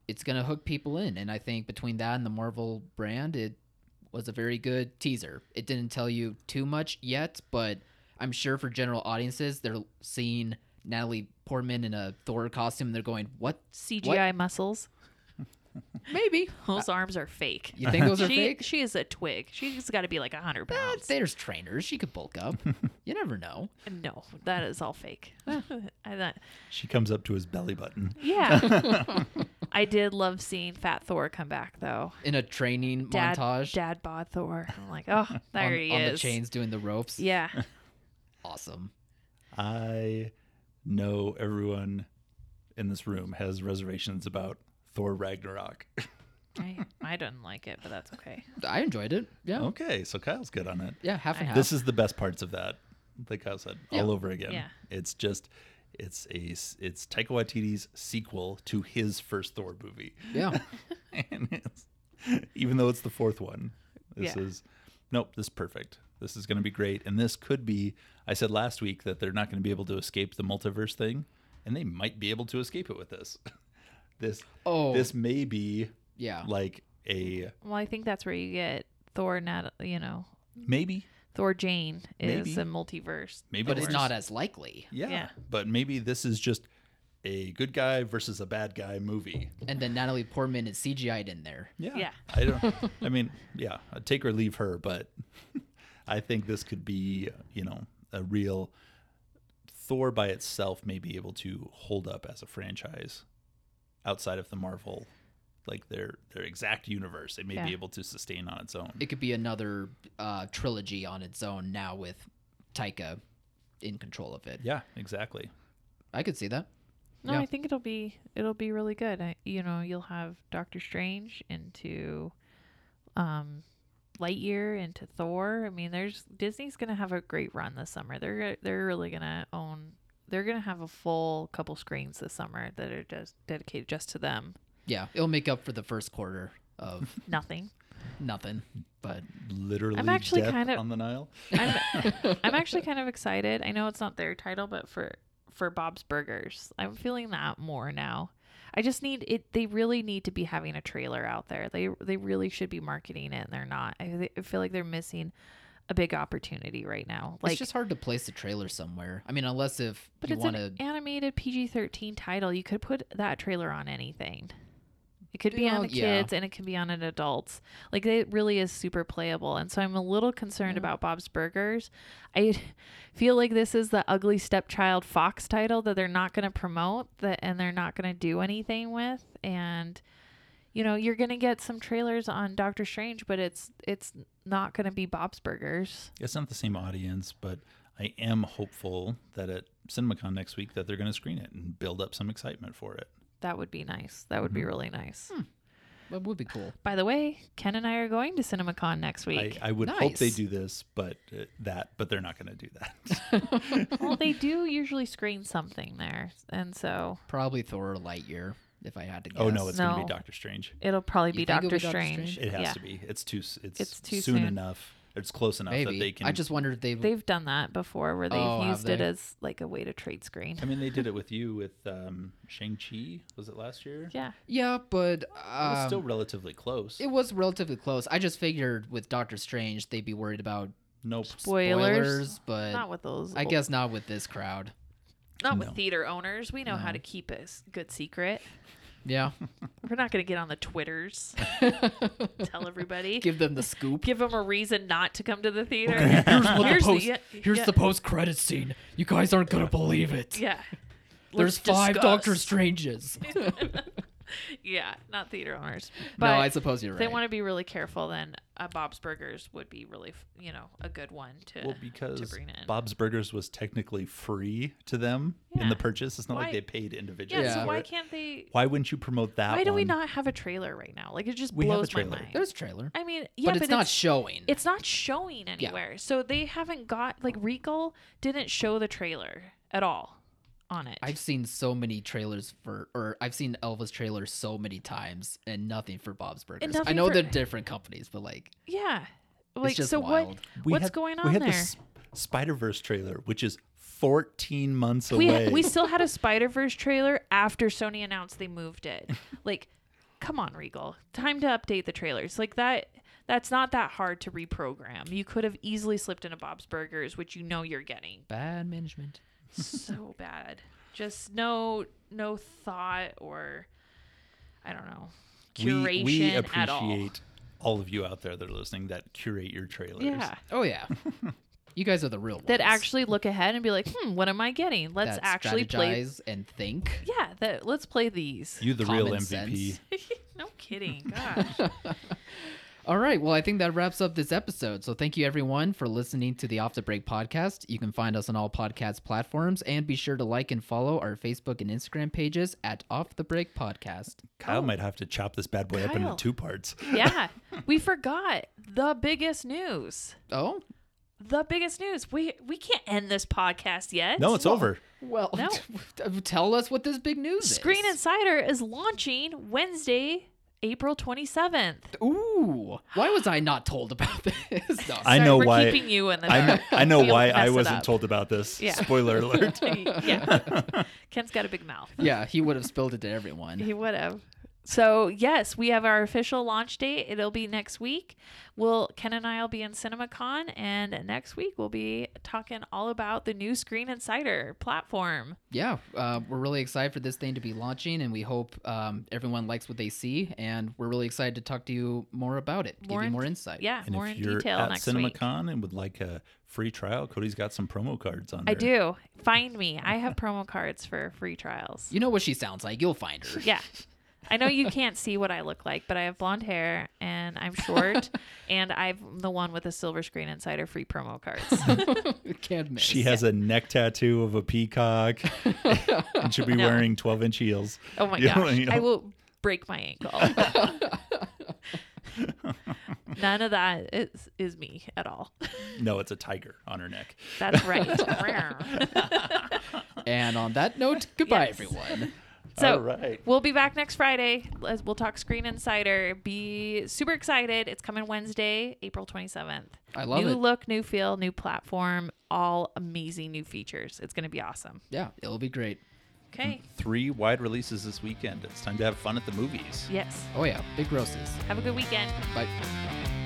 [SPEAKER 4] it's going to hook people in and I think between that and the Marvel brand it was a very good teaser. It didn't tell you too much yet, but I'm sure for general audiences, they're seeing Natalie Portman in a Thor costume. And they're going, "What?
[SPEAKER 3] CGI muscles.
[SPEAKER 4] Maybe Uh,
[SPEAKER 3] Those arms are fake.
[SPEAKER 4] you think those
[SPEAKER 3] she,
[SPEAKER 4] are fake?
[SPEAKER 3] She is a twig. She's got to be like a hundred
[SPEAKER 4] Eh,
[SPEAKER 3] pounds.
[SPEAKER 4] there's trainers. She could bulk up. you never know.
[SPEAKER 3] no, that is all fake. I thought,
[SPEAKER 2] She comes up to his belly button.
[SPEAKER 3] yeah. I did love seeing Fat Thor come back though.
[SPEAKER 4] In a training
[SPEAKER 3] Dad,
[SPEAKER 4] montage
[SPEAKER 3] Dad bod Thor. I'm like, oh, there
[SPEAKER 4] on,
[SPEAKER 3] he
[SPEAKER 4] on
[SPEAKER 3] is.
[SPEAKER 4] the chains doing the ropes.
[SPEAKER 3] Yeah.
[SPEAKER 4] awesome.
[SPEAKER 2] I know everyone in this room has reservations about Thor Ragnarok.
[SPEAKER 3] I, I didn't like it, but that's okay.
[SPEAKER 4] I enjoyed it. Yeah,
[SPEAKER 2] okay, so Kyle's good on it.
[SPEAKER 4] Oh. yeah, half and half.
[SPEAKER 2] Oh. This is the best parts of that, like Kyle said,
[SPEAKER 4] Yeah.
[SPEAKER 2] all over again.
[SPEAKER 3] Yeah.
[SPEAKER 2] It's just, it's a, s- it's Taika Waititi's sequel to his first Thor movie,
[SPEAKER 4] yeah,
[SPEAKER 2] and it's, even though it's the fourth one, this
[SPEAKER 3] Yeah.
[SPEAKER 2] is, nope, this is perfect. This is going to be great, and this could be. I said last week that they're not going to be able to escape the multiverse thing, and they might be able to escape it with this. this,
[SPEAKER 4] Oh.
[SPEAKER 2] this may be
[SPEAKER 4] yeah.
[SPEAKER 2] like a
[SPEAKER 3] Well, I think that's where you get Thor. Not you know,
[SPEAKER 2] maybe,
[SPEAKER 3] Thor Jane is
[SPEAKER 2] Maybe.
[SPEAKER 3] a multiverse.
[SPEAKER 2] maybe,
[SPEAKER 4] but it's
[SPEAKER 2] Thor's-
[SPEAKER 4] not as likely.
[SPEAKER 2] Yeah,
[SPEAKER 3] Yeah.
[SPEAKER 2] But maybe this is just a good guy versus a bad guy movie.
[SPEAKER 4] And then Natalie Portman is CGI'd in there.
[SPEAKER 2] Yeah.
[SPEAKER 3] Yeah.
[SPEAKER 2] I don't I mean, yeah, I'd take or leave her, but I think this could be, you know, a real Thor by itself may be able to hold up as a franchise outside of the Marvel like their their exact universe. It may
[SPEAKER 3] Yeah. E
[SPEAKER 2] be able to sustain on its own.
[SPEAKER 4] it could be another uh, trilogy on its own now with Taika in control of it.
[SPEAKER 2] yeah, exactly.
[SPEAKER 4] I could see that.
[SPEAKER 3] No,
[SPEAKER 4] Yeah.
[SPEAKER 3] I think it'll be it'll be really good. I, you know, you'll have Doctor Strange into um Lightyear into Thor. I mean, there's Disney's going to have a great run this summer. They're go- they're really going to own they're going to have a full couple screens this summer that are just dedicated just to them.
[SPEAKER 4] Yeah, it'll make up for the first quarter of
[SPEAKER 3] Nothing.
[SPEAKER 4] nothing. But
[SPEAKER 2] Literally
[SPEAKER 3] actually
[SPEAKER 2] death
[SPEAKER 3] kind of-
[SPEAKER 2] on the Nile.
[SPEAKER 3] I'm, I'm actually kind of excited. I know it's not their title, but for for Bob's Burgers, I'm feeling that more now. I just need it. They really need to be having a trailer out there. They they really should be marketing it, and they're not. I, I feel like they're missing a big opportunity right now. Like,
[SPEAKER 4] it's just hard to place a trailer somewhere. I mean, unless if
[SPEAKER 3] but
[SPEAKER 4] you
[SPEAKER 3] it's
[SPEAKER 4] want to.
[SPEAKER 3] an animated PG-13 title. You could put that trailer on anything. It could be on
[SPEAKER 4] Well,
[SPEAKER 3] the
[SPEAKER 4] Oh, yeah.
[SPEAKER 3] kids and it could be on an adults. Like it really is super playable, and so I'm a little concerned about Bob's Burgers. I feel like this is the ugly stepchild Fox title that they're not going to promote that, and they're not going to do anything with. And you know, you're going to get some trailers on Doctor Strange, but it's it's not going to be Bob's Burgers.
[SPEAKER 2] It's not the same audience, but I am hopeful that at CinemaCon next week that they're going to screen it and build up some excitement for it.
[SPEAKER 3] That would be nice. That would be
[SPEAKER 4] Mm-hmm.
[SPEAKER 3] really nice.
[SPEAKER 4] that would be cool.
[SPEAKER 3] By the way, Ken and I are going to CinemaCon next
[SPEAKER 2] I,
[SPEAKER 3] week.
[SPEAKER 2] I would hope they
[SPEAKER 4] Nice.
[SPEAKER 2] do this, but uh, that, but they're not going to do that.
[SPEAKER 3] well, they do usually screen something there, and so
[SPEAKER 4] Probably Thor or Lightyear, if I had to guess.
[SPEAKER 2] Oh no, it's going to
[SPEAKER 3] No.
[SPEAKER 2] be Doctor Strange.
[SPEAKER 3] it'll probably be
[SPEAKER 4] think it'll
[SPEAKER 3] Doctor
[SPEAKER 4] be Doctor
[SPEAKER 3] Strange.
[SPEAKER 4] Strange?
[SPEAKER 2] It has
[SPEAKER 3] yeah.
[SPEAKER 2] to be. It's too. s- It's,
[SPEAKER 3] It's too
[SPEAKER 2] soon,
[SPEAKER 3] soon.
[SPEAKER 2] enough. it's close enough that they
[SPEAKER 4] Maybe.
[SPEAKER 2] can.
[SPEAKER 4] I just wondered if they
[SPEAKER 3] They've done that before where they've
[SPEAKER 4] Oh, have
[SPEAKER 3] used it
[SPEAKER 4] they?
[SPEAKER 3] as like a way to trade screen.
[SPEAKER 2] I mean, they did it with you with um, Shang Chi. Was it last year?
[SPEAKER 3] Yeah.
[SPEAKER 4] Yeah, but
[SPEAKER 2] It was
[SPEAKER 4] um,
[SPEAKER 2] still relatively close.
[SPEAKER 4] it was relatively close. I just figured with Doctor Strange they'd be worried about
[SPEAKER 2] nope.
[SPEAKER 3] Spoilers.
[SPEAKER 4] spoilers, but
[SPEAKER 3] Not with those.
[SPEAKER 4] I
[SPEAKER 3] old-
[SPEAKER 4] guess not with this crowd.
[SPEAKER 3] Not
[SPEAKER 2] No.
[SPEAKER 3] with theater owners. We know how to keep a s- good secret.
[SPEAKER 4] Yeah,
[SPEAKER 3] We're not going to get on the Twitters, tell everybody, give,
[SPEAKER 4] give them the scoop.
[SPEAKER 3] them a reason not to come to the theater.
[SPEAKER 4] Here's what
[SPEAKER 3] Here's
[SPEAKER 4] the post.
[SPEAKER 3] yeah,
[SPEAKER 4] here's
[SPEAKER 3] yeah,
[SPEAKER 4] the post credit scene. You guys aren't gonna believe it.
[SPEAKER 3] Yeah.
[SPEAKER 4] There's
[SPEAKER 3] Let's
[SPEAKER 4] five Doctor
[SPEAKER 3] discuss.
[SPEAKER 4] Stranges.
[SPEAKER 3] Yeah, not theater owners.
[SPEAKER 4] no,
[SPEAKER 3] But
[SPEAKER 4] I suppose you're
[SPEAKER 3] if
[SPEAKER 4] right.
[SPEAKER 3] they want to be really careful, then uh, Bob's Burgers would be really, f- you know, a good one uh, to
[SPEAKER 2] Well, because
[SPEAKER 3] bring it in.
[SPEAKER 2] Bob's Burgers was technically free to them in
[SPEAKER 3] Yeah.
[SPEAKER 2] the purchase. It's not
[SPEAKER 3] Why-
[SPEAKER 2] like they paid individually.
[SPEAKER 3] yeah,
[SPEAKER 4] Yeah.
[SPEAKER 3] so
[SPEAKER 2] for
[SPEAKER 3] why
[SPEAKER 2] it.
[SPEAKER 3] can't they?
[SPEAKER 2] Why wouldn't you promote that?
[SPEAKER 3] Why do we
[SPEAKER 2] one?
[SPEAKER 3] not have a trailer right now? Like it just
[SPEAKER 2] We have a
[SPEAKER 3] blows my
[SPEAKER 2] trailer.
[SPEAKER 3] mind.
[SPEAKER 4] There's a trailer,
[SPEAKER 3] I mean, Uh, yeah,
[SPEAKER 4] but it's not
[SPEAKER 3] it's,
[SPEAKER 4] showing.
[SPEAKER 3] it's not showing anywhere. So they haven't got like Regal didn't show the trailer at all on it.
[SPEAKER 4] I've seen so many trailers for, or I've seen Elvis trailers so many times, and nothing for Bob's Burgers. I
[SPEAKER 3] nothing
[SPEAKER 4] know
[SPEAKER 3] for-
[SPEAKER 4] they're different companies, but like,
[SPEAKER 3] yeah. Like
[SPEAKER 4] just
[SPEAKER 3] so
[SPEAKER 4] wild.
[SPEAKER 3] what
[SPEAKER 2] We
[SPEAKER 3] what's
[SPEAKER 2] had-
[SPEAKER 3] going
[SPEAKER 2] We
[SPEAKER 3] on
[SPEAKER 2] had
[SPEAKER 3] there?
[SPEAKER 2] the Spider Verse trailer, which is 14 months away.
[SPEAKER 3] We we still had a Spider-Verse trailer after Sony announced they moved it. like come on Regal. Time to update the trailers. Like that that's not that hard to reprogram. You could have easily slipped into Bob's Burgers, which you know you're getting.
[SPEAKER 4] bad management.
[SPEAKER 3] so bad. Just no no thought or I don't know curation
[SPEAKER 2] we, we appreciate
[SPEAKER 3] at all.
[SPEAKER 2] all of you out there that are listening that curate your trailers.
[SPEAKER 3] Yeah,
[SPEAKER 4] Oh yeah, you guys are the real ones.
[SPEAKER 3] that actually look ahead and be like, hmm, what am I getting? Let's
[SPEAKER 4] that
[SPEAKER 3] actually play.
[SPEAKER 4] strategize and think.
[SPEAKER 3] Yeah, that let's play these.
[SPEAKER 2] You the real
[SPEAKER 4] Common
[SPEAKER 2] MVP.
[SPEAKER 4] sense.
[SPEAKER 3] no kidding. Gosh.
[SPEAKER 4] All right. Well, I think that wraps up this episode. So thank you everyone for listening to the Off the Break podcast. You can find us on all podcast platforms and be sure to like and follow our Facebook and Instagram pages at Off the Break Podcast.
[SPEAKER 2] Kyle might have to chop this bad boy up into
[SPEAKER 3] Kyle.
[SPEAKER 2] two parts.
[SPEAKER 3] yeah, we forgot the biggest news.
[SPEAKER 4] Oh,
[SPEAKER 3] The biggest news. We we can't end this podcast yet.
[SPEAKER 2] No, it's over.
[SPEAKER 4] well,
[SPEAKER 3] No.
[SPEAKER 4] tell us what this big news
[SPEAKER 3] Screen
[SPEAKER 4] is.
[SPEAKER 3] Insider is launching Wednesday, April twenty seventh.
[SPEAKER 4] Ooh, why was I not told about this? No.
[SPEAKER 2] I know
[SPEAKER 3] we're
[SPEAKER 2] why.
[SPEAKER 3] keeping you in the
[SPEAKER 2] I know,
[SPEAKER 3] dark.
[SPEAKER 2] I know
[SPEAKER 3] We'll
[SPEAKER 2] why
[SPEAKER 3] mess
[SPEAKER 2] I
[SPEAKER 3] it
[SPEAKER 2] wasn't
[SPEAKER 3] up.
[SPEAKER 2] told about this.
[SPEAKER 3] Yeah.
[SPEAKER 2] Spoiler alert.
[SPEAKER 3] yeah. Ken's got a big mouth.
[SPEAKER 4] yeah, he would have spilled it to everyone.
[SPEAKER 3] He would have. So yes, we have our official launch date. It'll be next week. We'll Ken and I'll be in CinemaCon, and next week we'll be talking all about the new Screen Insider platform.
[SPEAKER 4] Yeah, uh, we're really excited for this thing to be launching, and we hope um, everyone likes what they see. And we're really excited to talk to you more about it, give you
[SPEAKER 3] in-
[SPEAKER 4] more insight.
[SPEAKER 3] Yeah,
[SPEAKER 2] And
[SPEAKER 3] more
[SPEAKER 2] if
[SPEAKER 3] in
[SPEAKER 2] you're
[SPEAKER 3] detail
[SPEAKER 2] at
[SPEAKER 3] next week.
[SPEAKER 2] CinemaCon and would like a free trial, Cody's got some promo cards on
[SPEAKER 3] I
[SPEAKER 2] there.
[SPEAKER 3] do. Find me. I have promo cards for free trials.
[SPEAKER 4] You know what she sounds like. You'll find her.
[SPEAKER 3] Yeah. I know you can't see what I look like, but I have blonde hair and I'm short and I'm the one with a silver screen insider free promo cards.
[SPEAKER 4] Can't miss.
[SPEAKER 2] She has a neck tattoo of a peacock and should be
[SPEAKER 3] No.
[SPEAKER 2] wearing 12 inch heels.
[SPEAKER 3] Oh my
[SPEAKER 2] You know,
[SPEAKER 3] gosh.
[SPEAKER 2] you know.
[SPEAKER 3] I will break my ankle. None of that is, is me at all.
[SPEAKER 2] No, it's a tiger on her neck.
[SPEAKER 3] That's right.
[SPEAKER 4] And on that note, goodbye,
[SPEAKER 3] Yes.
[SPEAKER 4] everyone.
[SPEAKER 3] so
[SPEAKER 2] All right.
[SPEAKER 3] we'll be back next Friday. Let's- We'll talk Screen Insider. Be super excited. It's coming Wednesday, April 27th.
[SPEAKER 4] I love
[SPEAKER 3] new
[SPEAKER 4] it.
[SPEAKER 3] look, new feel, new platform, all amazing new features. It's going to be awesome.
[SPEAKER 4] Yeah, it'll be great.
[SPEAKER 3] Okay.
[SPEAKER 2] Three wide releases this weekend. It's time to have fun at the movies.
[SPEAKER 3] Yes.
[SPEAKER 4] Oh, yeah, big grosses.
[SPEAKER 3] Have a good weekend.
[SPEAKER 4] Bye.